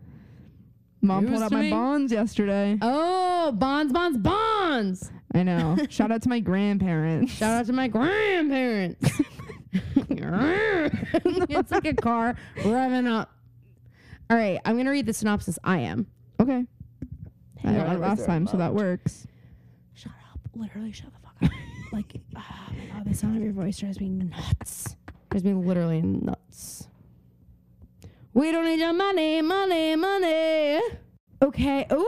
B: Mom
A: You
B: pulled
A: was
B: out
A: to
B: my
A: me.
B: bonds yesterday.
A: Oh, bonds, bonds, bonds.
B: I know. Shout out to my grandparents.
A: Shout out to my grandparents. it's like a car revving up. All right, I'm going to read the synopsis. I am.
B: Okay. I
A: Hang
B: had
A: on,
B: it
A: I was
B: last time, so that works.
A: Shut up. Literally shut the fuck up. like, oh my God, the sound of your voice drives me nuts. Drives me literally nuts. We don't need your money, money, money. Okay. Ooh,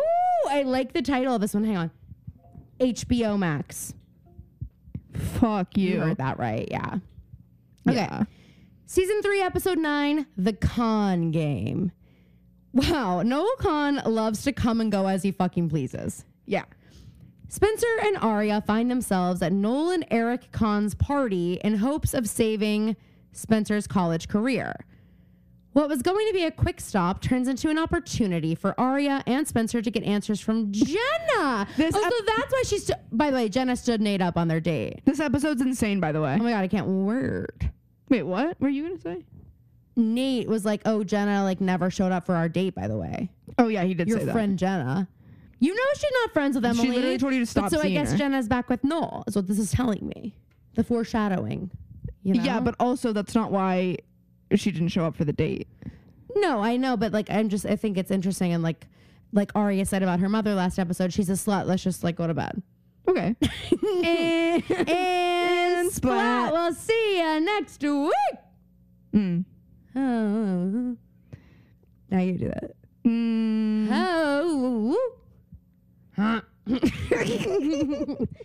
A: I like the title of this one. Hang on. HBO Max.
B: Fuck
A: You
B: you.
A: heard that right. Yeah. Okay.
B: Yeah.
A: Season three, episode nine, The Con Game. Wow, Noel Khan loves to come and go as he fucking pleases.
B: Yeah.
A: Spencer and Arya find themselves at Noel and Eric Khan's party in hopes of saving Spencer's college career. What was going to be a quick stop turns into an opportunity for Arya and Spencer to get answers from Jenna.
B: This
A: oh,
B: ep-
A: so that's why she stood. By the way, Jenna stood Nate up on their date.
B: This episode's insane, by the way.
A: Oh my god, I can't word.
B: Wait, what were you gonna say?
A: Nate was like, "Oh, Jenna like never showed up for our date." By the way,
B: Oh yeah, he did
A: your
B: say that.
A: friend Jenna. You know she's not friends with Emily.
B: She literally told you to stop
A: but so I
B: seeing
A: guess
B: her.
A: Jenna's back with Noel is what this is telling me. The foreshadowing. You know?
B: Yeah, but also that's not why she didn't show up for the date.
A: No, I know, but like I'm just I think it's interesting and like like Arya said about her mother last episode, she's a slut. Let's just like go to bed.
B: Okay.
A: and, and
B: splat.
A: splat. We'll see you next week.
B: mm.
A: Oh. Now you do it.
B: Mm.
A: Oh. Huh.